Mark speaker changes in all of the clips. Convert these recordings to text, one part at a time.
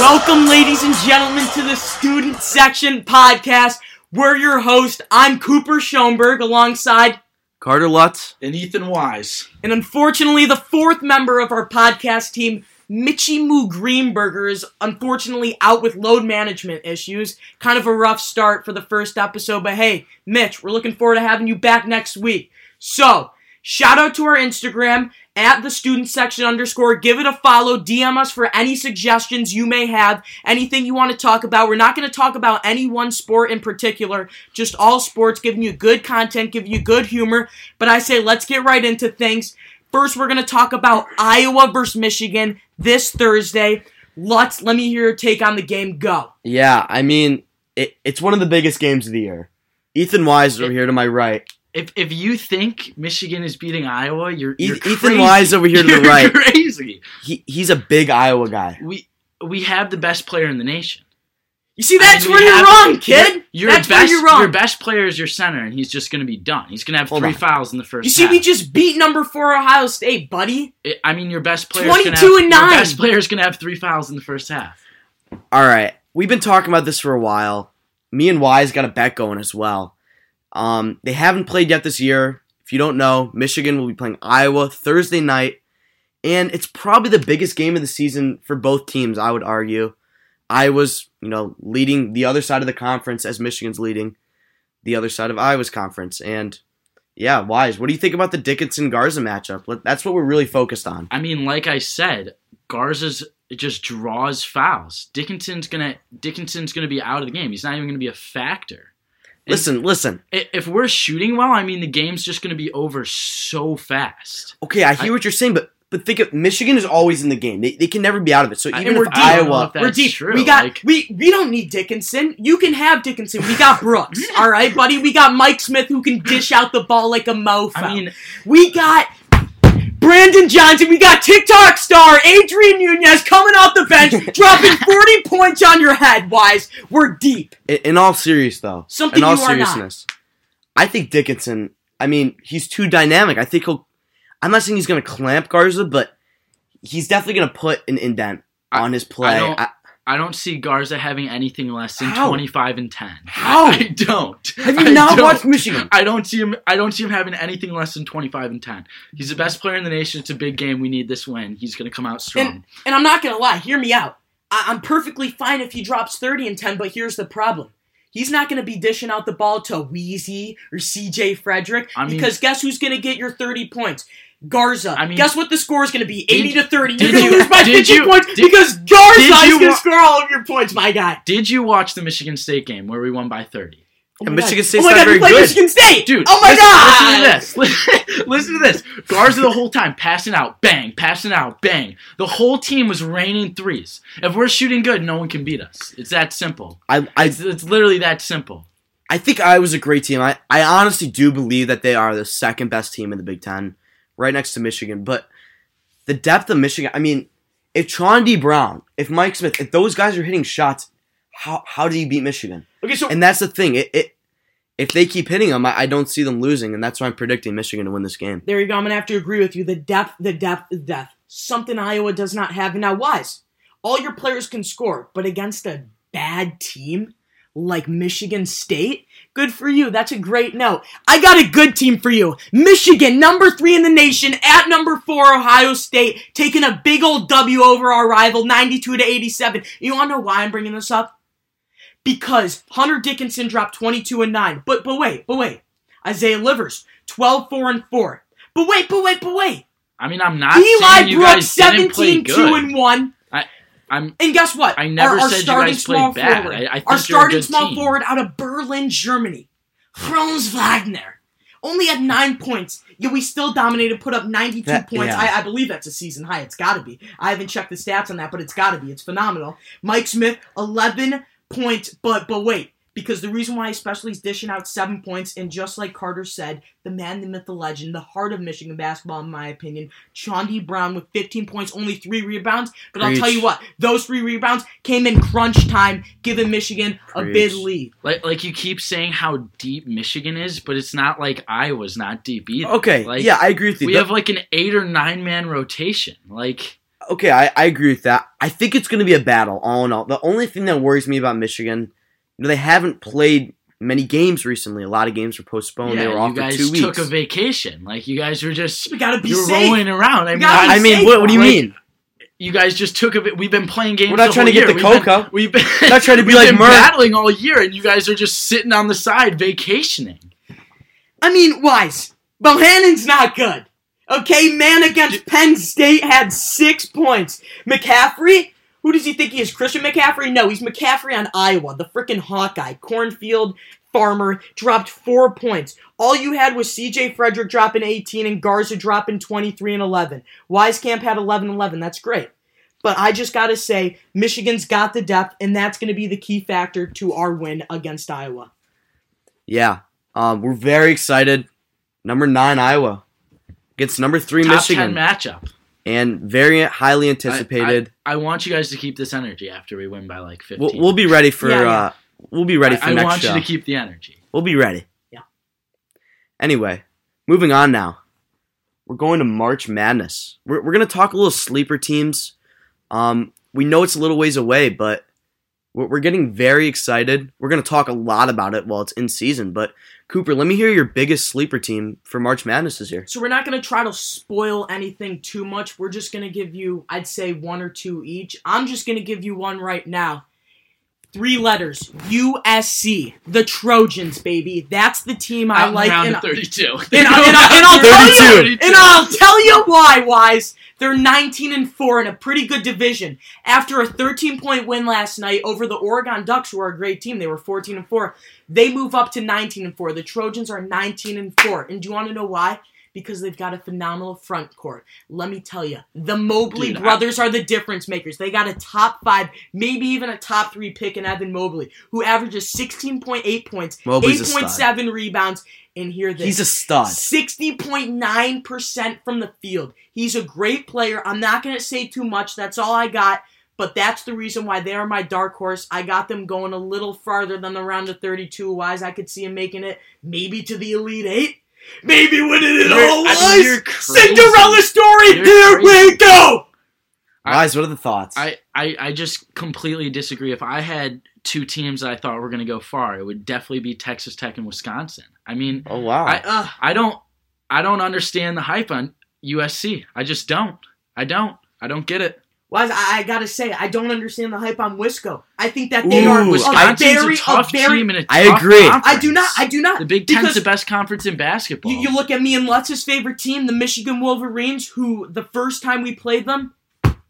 Speaker 1: Welcome, ladies and gentlemen, to the Student Section Podcast. We're your host. I'm Cooper Schoenberg alongside,
Speaker 2: Carter Lutz.
Speaker 3: and Ethan Wise.
Speaker 1: and unfortunately, the fourth member of our podcast team, Mitchie Moo Greenberger, is unfortunately out with load management issues. Kind of a rough start for the first episode, but hey, Mitch, we're looking forward to having you back next week. So, shout out to our Instagram at the student section underscore. Give it a follow. DM us for any suggestions you may have, anything you want to talk about. We're not going to talk about any one sport in particular, just all sports, giving you good content, giving you good humor. But I say, let's get right into things. First, we're going to talk about Iowa versus Michigan this Thursday. Lutz, let me hear your take on the game. Go.
Speaker 2: Yeah, I mean, it, it's one of the biggest games of the year. Ethan Wise is over here to my right.
Speaker 3: If if you think Michigan is beating Iowa, you're,
Speaker 2: E-
Speaker 3: you're
Speaker 2: Ethan
Speaker 3: crazy.
Speaker 2: Wise over here to the
Speaker 3: You're
Speaker 2: right.
Speaker 3: Crazy.
Speaker 2: He, he's a big Iowa guy.
Speaker 3: We we have the best player in the nation.
Speaker 1: You see, that's
Speaker 3: I mean,
Speaker 1: where
Speaker 3: we
Speaker 1: you're
Speaker 3: have-
Speaker 1: wrong, kid.
Speaker 3: Your
Speaker 1: that's
Speaker 3: best,
Speaker 1: where you're wrong.
Speaker 3: Your best player is your center, and he's just going to be done. He's going to have
Speaker 2: Hold
Speaker 3: three
Speaker 2: on.
Speaker 3: fouls in the first.
Speaker 1: you see,
Speaker 3: half.
Speaker 1: we just beat number four Ohio State, buddy.
Speaker 3: I- I mean, your best player.
Speaker 1: 22 and nine.
Speaker 3: Your best player is going to have three fouls in the first half.
Speaker 2: All right, we've been talking about this for a while. Me and Wise got a bet going as well. Um, they haven't played yet this year. If you don't know, Michigan will be playing Iowa Thursday night, and it's probably the biggest game of the season for both teams. I would argue. Iowa's, you know, leading the other side of the conference as Michigan's leading the other side of Iowa's conference, and yeah, Wise. What do you think about the Dickinson Garza matchup? Let- That's what we're really focused on.
Speaker 3: I mean, like I said, Garza's it just draws fouls. Dickinson's gonna Dickinson's gonna be out of the game. He's not even gonna be a factor. And
Speaker 2: Listen, listen.
Speaker 3: i- if we're shooting well, I mean, the game's just gonna be over so fast.
Speaker 2: Okay, I hear what you're saying, but but think of Michigan is always in the game. They, they can never be out of it. So
Speaker 3: I-
Speaker 2: even
Speaker 1: and we're
Speaker 2: if
Speaker 1: deep.
Speaker 3: I don't know
Speaker 2: Iowa,
Speaker 3: if that's
Speaker 1: we're deep.
Speaker 3: true.
Speaker 1: we got
Speaker 3: like-
Speaker 1: we we don't need Dickinson. You can have Dickinson. We got Brooks. all right, buddy. We got Mike Smith who can dish out the ball like a mofo.
Speaker 3: I mean,
Speaker 1: we got Brandon Johnson. We got TikTok star Adrian Nunez coming off the bench, dropping forty points on your head. Wise, we're deep.
Speaker 2: in, in all serious though,
Speaker 1: Something
Speaker 2: in all
Speaker 1: you are not.
Speaker 2: seriousness, I think Dickinson. I mean, he's too dynamic. I think he'll. I'm not saying he's going to clamp Garza, but he's definitely going to put an indent
Speaker 3: I-
Speaker 2: on his play.
Speaker 3: don't-
Speaker 2: I-
Speaker 3: I don't see Garza having anything less than
Speaker 2: How?
Speaker 3: 25 and 10.
Speaker 2: How?
Speaker 3: I don't.
Speaker 2: have you
Speaker 3: I
Speaker 2: not
Speaker 3: don't.
Speaker 2: watched Michigan?
Speaker 3: I don't see him. I don't see him having anything less than 25 and 10. He's the best player in the nation. It's a big game. We need this win. He's gonna come out strong.
Speaker 1: And I'm not gonna lie. Hear me out. I, I'm perfectly fine if he drops thirty and ten, but here's the problem. He's not going to be dishing out the ball to Wheezy or CJ Frederick
Speaker 3: I mean-
Speaker 1: because guess who's going to get your 30 points? Garza.
Speaker 3: I mean-
Speaker 1: guess what the score is going to be? 80 to 30. You're going
Speaker 3: did
Speaker 1: to
Speaker 3: you-
Speaker 1: lose by
Speaker 3: did
Speaker 1: 50
Speaker 3: you-
Speaker 1: points
Speaker 3: did-
Speaker 1: because
Speaker 3: did
Speaker 1: Garza is
Speaker 3: you
Speaker 1: going to
Speaker 3: wa-
Speaker 1: score all of your points, my guy.
Speaker 3: Did you watch the Michigan State game where we won by 30?
Speaker 1: Oh
Speaker 2: And
Speaker 1: my God.
Speaker 2: Michigan State's
Speaker 1: oh my
Speaker 2: not
Speaker 1: God,
Speaker 2: very
Speaker 1: we played
Speaker 2: good.
Speaker 1: Michigan State.
Speaker 3: Dude,
Speaker 1: oh my
Speaker 3: listen,
Speaker 1: God.
Speaker 3: Listen to this. listen to this. Garza the whole time passing out, bang, passing out, bang. The whole team was raining threes. If we're shooting good, no one can beat us. It's that simple.
Speaker 2: I, I
Speaker 3: It's, it's literally that simple.
Speaker 2: I think I was a great team. I, I honestly do believe that they are the second best team in the Big Ten, right next to Michigan. But the depth of Michigan, I mean, if Chondi Brown, if Mike Smith, if those guys are hitting shots, how how do you beat Michigan?
Speaker 1: Okay, so
Speaker 2: And that's the thing. It, it if they keep hitting them, I, I don't see them losing, and that's why I'm predicting Michigan to win this game.
Speaker 1: There you go. I'm gonna have to agree with you. The depth, the depth, the depth. Something Iowa does not have. Now, wise. All your players can score, but against a bad team like Michigan State, good for you. That's a great note. I got a good team for you. Michigan, number three in the nation, at number four, Ohio State, taking a big old W over our rival, 92 to 87. You wanna know why I'm bringing this up? Because Hunter Dickinson dropped 22 and nine. But but wait, but wait. Isaiah Livers, 12, 4, and 4. But wait, but wait, but wait.
Speaker 3: I mean, I'm not saying
Speaker 1: Eli
Speaker 3: you
Speaker 1: Brooks,
Speaker 3: guys didn't play
Speaker 1: 17, 2,
Speaker 3: good.
Speaker 1: and 1.
Speaker 3: I'm
Speaker 1: And guess what?
Speaker 3: I never
Speaker 1: our, our
Speaker 3: said you
Speaker 1: starting
Speaker 3: guys played
Speaker 1: small
Speaker 3: bad.
Speaker 1: forward.
Speaker 3: I- I think
Speaker 1: our
Speaker 3: you're a
Speaker 1: starting
Speaker 3: good
Speaker 1: small
Speaker 3: team.
Speaker 1: forward out of Berlin, Germany. Franz Wagner. Only had nine points, yet we still dominated, put up 92
Speaker 2: That-
Speaker 1: points.
Speaker 2: yeah.
Speaker 1: I, I believe that's a season high. It's got to be. I haven't checked the stats on that, but it's got to be. It's phenomenal. Mike Smith, 11 points, but but wait, because the reason why especially is dishing out seven points, and just like Carter said, the man, the myth, the legend, the heart of Michigan basketball, in my opinion, Chondi Brown with 15 points, only three rebounds. But I'll tell
Speaker 2: Preach.
Speaker 1: you what, those three rebounds came in crunch time, giving Michigan a big
Speaker 2: Preach.
Speaker 1: lead.
Speaker 3: like like you keep saying how deep Michigan is, but it's not like Iowa's not deep either.
Speaker 2: Okay,
Speaker 3: like,
Speaker 2: yeah, I agree with you.
Speaker 3: we
Speaker 2: The-
Speaker 3: have like an eight or nine man rotation. Like
Speaker 2: okay, I, I agree with that. I think it's going to be a battle, all in all. The only thing that worries me about Michigan, you know, they haven't played many games recently. A lot of games were postponed. they were off
Speaker 3: you guys
Speaker 2: for two
Speaker 3: took
Speaker 2: weeks.
Speaker 3: a vacation. Like you guys were just
Speaker 1: We gotta be
Speaker 3: you were
Speaker 1: safe.
Speaker 3: rolling around. I mean,
Speaker 1: gotta
Speaker 2: I mean, what, what do you
Speaker 3: Like,
Speaker 2: mean?
Speaker 3: you guys just took a bit. We've been playing games.
Speaker 2: We're not
Speaker 3: the
Speaker 2: trying
Speaker 3: whole
Speaker 2: to get
Speaker 3: year.
Speaker 2: the
Speaker 3: We've been-
Speaker 2: cocoa.
Speaker 3: We've been
Speaker 2: We're not trying to be
Speaker 3: we've
Speaker 2: like
Speaker 3: been
Speaker 2: Merv.
Speaker 3: battling all year, and you guys are just sitting on the side vacationing.
Speaker 1: I mean, Wise, Bohannon's not good. Okay, man against Penn State had six points. McCaffrey, who does he think he is? Christian McCaffrey? No, he's McCaffrey on Iowa, the freaking Hawkeye, cornfield farmer, dropped four points. All you had was CJ Frederick dropping 18 and Garza dropping 23 and 11. Wisecamp had 11 11. That's great. But I just got to say, Michigan's got the depth, and that's going to be the key factor to our win against Iowa.
Speaker 2: Yeah, um, we're very excited. Number nine Iowa against number three
Speaker 3: Top ten
Speaker 2: Michigan,
Speaker 3: matchup.
Speaker 2: and very highly anticipated.
Speaker 3: I want you guys to keep this energy after we win by like fifteen.
Speaker 2: we'll, we'll be ready for.
Speaker 1: Yeah, yeah.
Speaker 2: Uh, we'll be ready for
Speaker 3: I, I
Speaker 2: next
Speaker 3: want
Speaker 2: show.
Speaker 3: you to keep the energy.
Speaker 2: We'll be ready.
Speaker 1: Yeah.
Speaker 2: Anyway, moving on now. We're going to March Madness. We're, we're going to talk a little sleeper teams. Um, we know it's a little ways away, but we're, we're getting very excited. We're going to talk a lot about it while it's in season. But, Cooper, let me hear your biggest sleeper team for March Madness this year.
Speaker 1: So we're not going to try to spoil anything too much. We're just going to give you, I'd say, one or two each. I'm just going to give you one right now. Three letters. USC. The Trojans, baby. That's the team I
Speaker 3: Out in
Speaker 1: like.
Speaker 3: round
Speaker 1: And,
Speaker 3: of
Speaker 1: and,
Speaker 3: thirty-two.
Speaker 1: and- and I'll
Speaker 2: tell you-
Speaker 1: and I'll tell you why, Wise. They're 19 and 4 in a pretty good division. After a 13 point win last night over the Oregon Ducks, who are a great team, they were 14 and 4. They move up to 19 and 4. The Trojans are 19 and 4. And do you want to know why? Because they've got a phenomenal front court. Let me tell you, the Mobley
Speaker 3: Dude, I-
Speaker 1: brothers are the difference makers. They got a top five, maybe even a top three pick in Evan Mobley, who averages 16.8 points,
Speaker 2: Mobley's a stud.
Speaker 1: 8.7 rebounds. And here this
Speaker 2: He's a stud.
Speaker 1: 60.9% from the field. He's a great player. I'm not going to say too much. That's all I got. But that's the reason why they are my dark horse. I got them going a little farther than the round of 32 wise. I could see him making it maybe to the Elite Eight. Maybe winning it
Speaker 3: You're-
Speaker 1: all,
Speaker 3: I mean,
Speaker 1: Wise.
Speaker 3: you're crazy.
Speaker 1: Cinderella story.
Speaker 3: You're
Speaker 1: Here we go.
Speaker 3: I-
Speaker 2: Guys, what are the thoughts?
Speaker 3: I, I, I just completely disagree. If I had two teams that I thought were going to go far, it would definitely be Texas Tech and Wisconsin. I mean,
Speaker 2: oh, wow.
Speaker 3: I-
Speaker 1: Ugh.
Speaker 3: I don't I don't understand the hype on USC. I just don't. I don't. I don't get it.
Speaker 1: Wise, I, I gotta say, I don't understand the hype on Wisco. I think that they
Speaker 2: Ooh.
Speaker 1: are a
Speaker 3: Wisconsin's
Speaker 1: very,
Speaker 3: a tough
Speaker 1: a very.
Speaker 3: team and a tough
Speaker 2: I agree.
Speaker 1: I do not. I do not.
Speaker 3: The Big Ten's
Speaker 1: because-
Speaker 3: the best conference in basketball.
Speaker 1: You, you look at me and Lutz's favorite team, the Michigan Wolverines, who the first time we played them,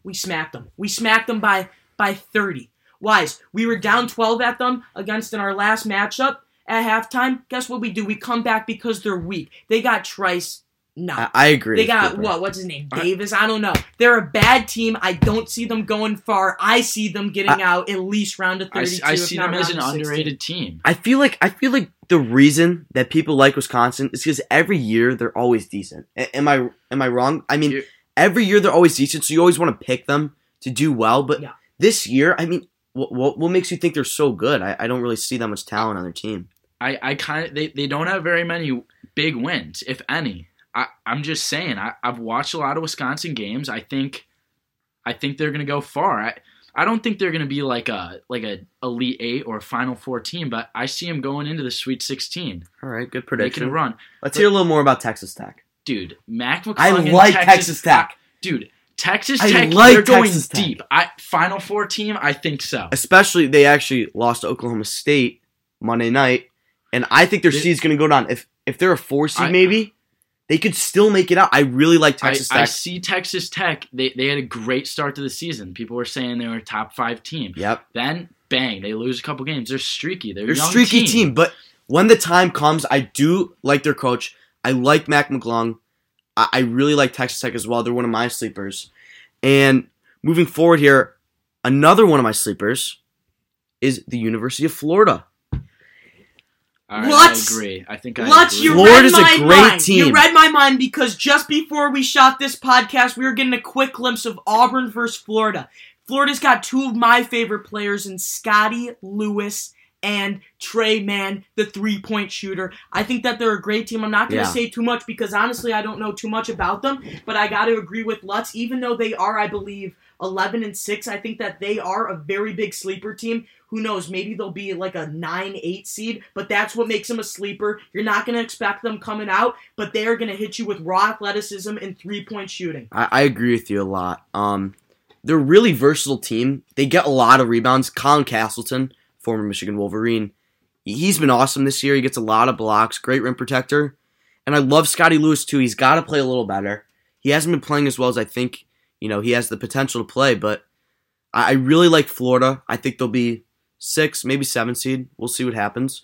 Speaker 1: we smacked them. We smacked them by by 30. Wise, we were down 12 at them against in our last matchup at halftime. Guess what we do? We come back because they're weak. They got Trice. No.
Speaker 3: Ah,
Speaker 2: I, I agree.
Speaker 1: They
Speaker 2: with
Speaker 1: got
Speaker 2: Cooper.
Speaker 1: what? What's his name?
Speaker 3: I-
Speaker 1: Davis. I don't know. They're a bad team. I don't see them going far. I see them getting out at least round of
Speaker 3: Ah. I, s-
Speaker 1: 32.
Speaker 3: I
Speaker 1: if
Speaker 3: see
Speaker 1: not
Speaker 3: them as an
Speaker 1: round of 16.
Speaker 3: underrated team.
Speaker 2: I feel like I feel like the reason that people like Wisconsin is because every year they're always decent. A- am I am I wrong? I mean,
Speaker 3: You're-
Speaker 2: every year they're always decent, so you always want to pick them to do well. But
Speaker 1: Yeah.
Speaker 2: this year, I mean, what, what what makes you think they're so good? I, I don't really see that much talent on their team.
Speaker 3: I, I kind of they, they don't have very many big wins, if any. I, I'm just saying. I, I've watched a lot of Wisconsin games. I think, I think they're gonna go far. I, I don't think they're gonna be like a like a elite eight or a Final Four team, but I see them going into the Sweet 16,
Speaker 2: All right, good
Speaker 3: making a
Speaker 2: prediction.
Speaker 3: run.
Speaker 2: Let's hear a little more about Texas Tech.
Speaker 3: Dude, Mac McClung.
Speaker 2: I
Speaker 3: and
Speaker 2: like Texas Tech,
Speaker 3: Dude, Texas
Speaker 2: I
Speaker 3: Tech.
Speaker 2: like
Speaker 3: they're going
Speaker 2: Texas Tech.
Speaker 3: deep. I Final Four team. I think so.
Speaker 2: especially they actually lost to Oklahoma State Monday night, and I think their
Speaker 3: Did-
Speaker 2: seed's going to go down. If if they're a four seed,
Speaker 3: I-
Speaker 2: maybe they could still make it out. I really like
Speaker 3: I,
Speaker 2: Texas
Speaker 3: I
Speaker 2: Tech.
Speaker 3: see Texas Tech. They they had a great start to the season. People were saying they were a top five team.
Speaker 2: yep.
Speaker 3: Then bang, they lose a couple games. They're streaky. They're,
Speaker 2: They're
Speaker 3: a
Speaker 2: a
Speaker 3: young
Speaker 2: streaky team. but when the time comes, I do like their coach. I like Mac McClung. I, I really like Texas Tech as well. They're one of my sleepers. And moving forward here, another one of my sleepers is the University of Florida.
Speaker 3: All right,
Speaker 1: What?
Speaker 3: I agree. I think I
Speaker 1: Lutz,
Speaker 3: agree.
Speaker 1: you
Speaker 2: Florida
Speaker 1: read
Speaker 2: is a
Speaker 1: my
Speaker 2: great
Speaker 1: mind. You
Speaker 2: team.
Speaker 1: read my mind because just before we shot this podcast, we were getting a quick glimpse of Auburn versus Florida. Florida's got two of my favorite players in Scotty Lewis and Trey Mann, the three point shooter. I think that they're a great team. I'm not going to
Speaker 2: Yeah.
Speaker 1: say too much because honestly, I don't know too much about them, but I got to agree with Lutz. Even though they are, I believe, 11 and 6, I think that they are a very big sleeper team. Who knows? Maybe they'll be like a 9 8 seed, but that's what makes them a sleeper. You're not going to expect them coming out, but they are going to hit you with raw athleticism and three point shooting.
Speaker 2: I, I agree with you a lot. Um, they're a really versatile team. They get a lot of rebounds. Colin Castleton, former Michigan Wolverine, he- he's been awesome this year. He gets a lot of blocks. Great rim protector, and I love Scotty Lewis too. He's got to play a little better. He hasn't been playing as well as I think. You know, he has the potential to play, but I, I really like Florida. I think they'll be six, maybe seven seed. We'll see what happens.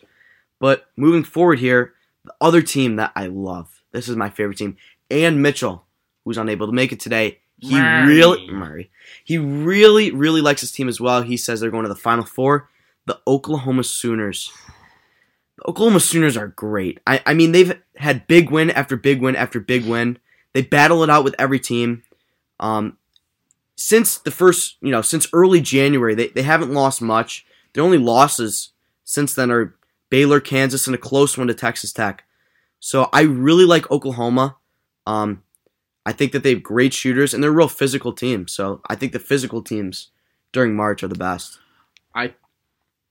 Speaker 2: But moving forward here, the other team that I love. This is my favorite team. And Mitchell, who's unable to make it today. He
Speaker 3: Murray.
Speaker 2: really Murray. He really, really likes his team as well. He says they're going to the final four. The Oklahoma Sooners. The Oklahoma Sooners are great. I, I mean, they've had big win after big win after big win. They battle it out with every team. Um, since the first, you know, since early January, they, they haven't lost much. Their only losses since then are Baylor, Kansas, and a close one to Texas Tech. So I really like Oklahoma. Um, I think that they have great shooters and they're a real physical team. So I think the physical teams during March are the best.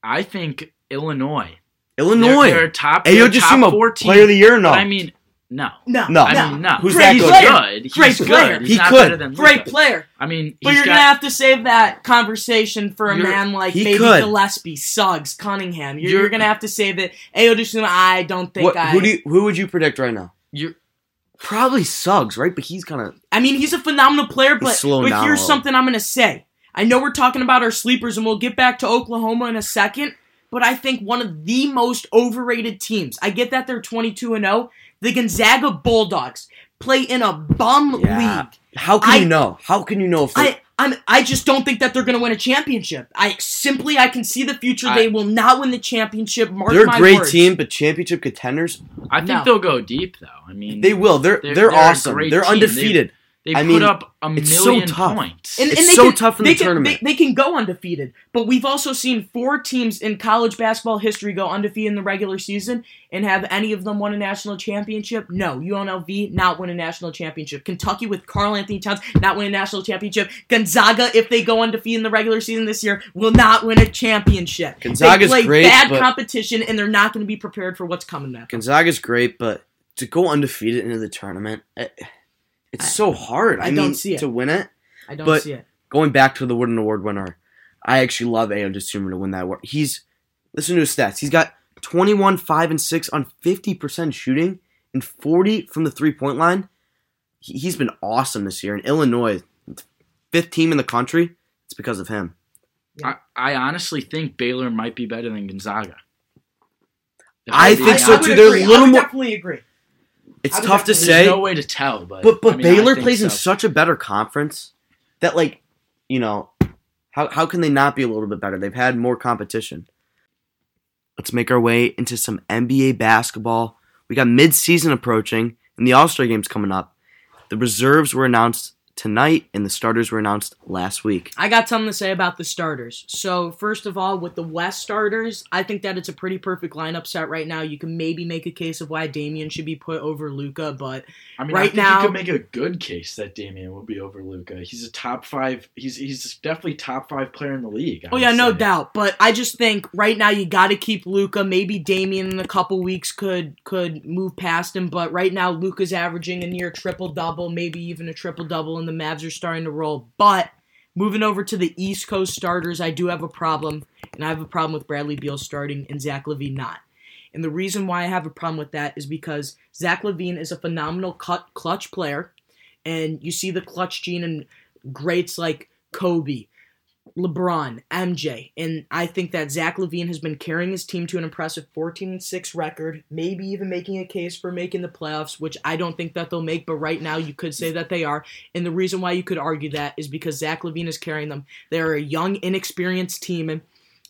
Speaker 3: I think Illinois.
Speaker 2: Illinois.
Speaker 3: They're, they're top. They're
Speaker 2: Ayo
Speaker 3: top
Speaker 2: Jasumo,
Speaker 3: four team.
Speaker 2: player of the year, no.
Speaker 3: But I mean, no.
Speaker 1: No,
Speaker 2: No.
Speaker 3: I mean, no.
Speaker 2: Who's
Speaker 1: that
Speaker 3: He's
Speaker 1: good?
Speaker 3: good. He's
Speaker 1: Great
Speaker 3: good.
Speaker 1: player.
Speaker 3: He's
Speaker 2: He
Speaker 3: not
Speaker 2: could.
Speaker 3: better than
Speaker 1: Great
Speaker 3: Luka.
Speaker 1: player.
Speaker 3: I mean,
Speaker 1: But
Speaker 3: he's
Speaker 1: you're
Speaker 3: got,
Speaker 1: gonna have to save that conversation for a
Speaker 3: You're-
Speaker 1: man like
Speaker 2: he
Speaker 1: maybe
Speaker 2: could.
Speaker 1: Gillespie, Suggs, Cunningham. You're,
Speaker 3: You're-
Speaker 1: you're gonna have to save it. Ayo Dosunmu, I don't think
Speaker 2: What-
Speaker 1: I.
Speaker 2: who do you, who would you predict right now?
Speaker 3: you're-
Speaker 2: Probably Suggs, right? But he's kind of
Speaker 1: I mean, he's a phenomenal player, but,
Speaker 2: slowing
Speaker 1: but
Speaker 2: down a
Speaker 1: here's
Speaker 2: little.
Speaker 1: something I'm gonna say. I know we're talking about our sleepers, and we'll get back to Oklahoma in a second. But I think one of the most overrated teams. I get that they're 22 and 0. The Gonzaga Bulldogs play in a bum
Speaker 2: Yeah.
Speaker 1: league.
Speaker 2: how can
Speaker 1: I-
Speaker 2: you know? How can you know if they
Speaker 1: I I'm, I just don't think that they're going to win a championship. I simply I can see the future.
Speaker 3: I-
Speaker 1: they will not win the championship. Mark
Speaker 2: they're
Speaker 1: my
Speaker 2: a great
Speaker 1: words.
Speaker 2: team, but championship contenders
Speaker 3: I think
Speaker 1: No.
Speaker 3: they'll go deep though. I mean,
Speaker 2: they will. They're
Speaker 3: They're-
Speaker 2: they're,
Speaker 3: they're a
Speaker 2: awesome.
Speaker 3: great
Speaker 2: They're
Speaker 3: team. They-
Speaker 2: undefeated.
Speaker 3: they
Speaker 2: I
Speaker 3: put
Speaker 2: mean,
Speaker 3: up a
Speaker 2: it's so
Speaker 3: million
Speaker 2: tough.
Speaker 3: points.
Speaker 1: And,
Speaker 2: It's
Speaker 1: and they
Speaker 2: so
Speaker 1: can,
Speaker 2: tough in
Speaker 1: they
Speaker 2: the
Speaker 1: can,
Speaker 2: tournament.
Speaker 1: They, they can go undefeated, but we've also seen four teams in college basketball history go undefeated in the regular season and have any of them won a national championship? No, UNLV not win a national championship. Kentucky with Carl Anthony Towns not win a national championship. Gonzaga, if they go undefeated in the regular season this year, will not win a championship.
Speaker 2: Gonzaga's
Speaker 1: they play
Speaker 2: great,
Speaker 1: bad
Speaker 2: but-
Speaker 1: competition, and they're not going to be prepared for what's coming next.
Speaker 2: Gonzaga's great, but to go undefeated into the tournament, it, it's
Speaker 1: I-
Speaker 2: so hard. I,
Speaker 1: I
Speaker 2: mean,
Speaker 1: don't see it.
Speaker 2: to win it,
Speaker 1: I don't
Speaker 2: But-
Speaker 1: see it.
Speaker 2: going back to the Wooden Award winner, I actually love Ayo Dosunmu to win that award. He's listen to his stats. He's got 21, 5, and 6 on 50% shooting and 40 from the three point line. He, he's been awesome this year. And Illinois, fifth team in the country, it's because of him.
Speaker 3: I, I honestly think Baylor might be better than Gonzaga. If
Speaker 2: I
Speaker 3: I'm
Speaker 2: think
Speaker 3: being
Speaker 2: so,
Speaker 3: honest.
Speaker 2: too. They're a
Speaker 1: agree. I
Speaker 2: little
Speaker 1: would
Speaker 2: more-
Speaker 1: definitely agree.
Speaker 2: It's
Speaker 1: I would
Speaker 2: tough to
Speaker 1: definitely-
Speaker 2: say.
Speaker 3: There's no way to tell, but
Speaker 2: But but
Speaker 3: I mean, I
Speaker 2: Baylor
Speaker 3: think
Speaker 2: plays in
Speaker 3: so.
Speaker 2: such a better conference that like, you know, how how can they not be a little bit better? They've had more competition. Let's make our way into some NBA basketball. We got midseason approaching and the All-Star game's coming up. The reserves were announced tonight and the starters were announced last week.
Speaker 1: I got something to say about the starters. So, first of all, with the West starters, I think that it's a pretty perfect lineup set right now. You can maybe make a case of why Damian should be put over Luca, but
Speaker 3: I mean,
Speaker 1: right
Speaker 3: I think
Speaker 1: now-
Speaker 3: you could make a good case that Damian will be over Luca. He's a top five. He's he's definitely top five player in the league. I
Speaker 1: oh
Speaker 3: would
Speaker 1: yeah, no
Speaker 3: say.
Speaker 1: doubt. But I just think right now you got to keep Luca. Maybe Damian in a couple weeks could could move past him, but right now Luca's averaging a near triple double, maybe even a triple double, and the Mavs are starting to roll. But moving over to the East Coast starters, I do have a problem, and I have a problem with Bradley Beal starting and Zach Levine not. And the reason why I have a problem with that is because Zach Levine is a phenomenal cut, clutch player, and you see the clutch gene in greats like Kobe, LeBron, MJ, and I think that Zach Levine has been carrying his team to an impressive 14 and 6 record, maybe even making a case for making the playoffs, which I don't think that they'll make, but right now you could say that they are. And the reason why you could argue that is because Zach Levine is carrying them. They are a young, inexperienced team, and,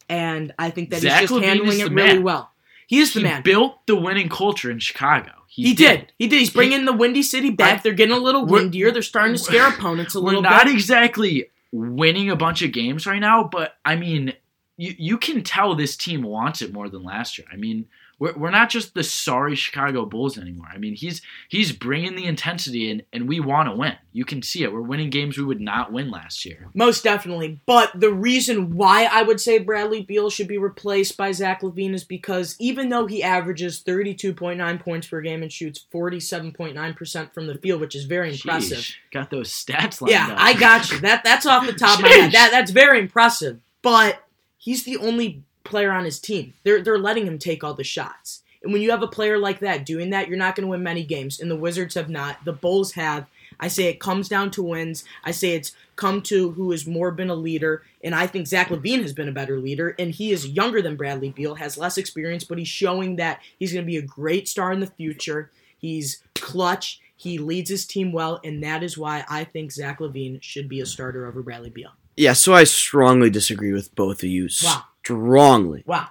Speaker 1: and I think that
Speaker 3: Zach
Speaker 1: he's just
Speaker 3: Levine
Speaker 1: handling
Speaker 3: is
Speaker 1: it
Speaker 3: the
Speaker 1: really
Speaker 3: man.
Speaker 1: well. He is the
Speaker 3: He
Speaker 1: man.
Speaker 3: built the winning culture in Chicago.
Speaker 1: He, did. He did. He's bringing the Windy City back.
Speaker 3: I-
Speaker 1: They're getting a little
Speaker 3: We're-
Speaker 1: windier. They're starting to scare opponents a
Speaker 3: We're
Speaker 1: little
Speaker 3: not
Speaker 1: bit.
Speaker 3: exactly winning a bunch of games right now, but I mean, you, you can tell this team wants it more than last year. I mean, we're, we're not just the sorry Chicago Bulls anymore. I mean, he's he's bringing the intensity in, and we want to win. You can see it. We're winning games we would not win last year.
Speaker 1: Most definitely. But the reason why I would say Bradley Beal should be replaced by Zach Levine is because even though he averages 32.9 points per game and shoots 47.9% from the field, which is very impressive.
Speaker 3: Sheesh, got those stats lined
Speaker 1: Yeah,
Speaker 3: up.
Speaker 1: I got you. That that's off the top of my head.
Speaker 3: Sheesh.
Speaker 1: That that's very impressive. But he's the only player on his team. They're they're letting him take all the shots. And when you have a player like that doing that, you're not going to win many games. And the Wizards have not. The Bulls have. I say it comes down to wins. I say it's come to who has more been a leader. And I think Zach Levine has been a better leader. And he is younger than Bradley Beal, has less experience, but he's showing that he's going to be a great star in the future. He's clutch. He leads his team well, and that is why I think Zach Levine should be a starter over Bradley Beal.
Speaker 2: Yeah, so I strongly disagree with both of you.
Speaker 1: Wow.
Speaker 2: Strongly.
Speaker 1: Wow.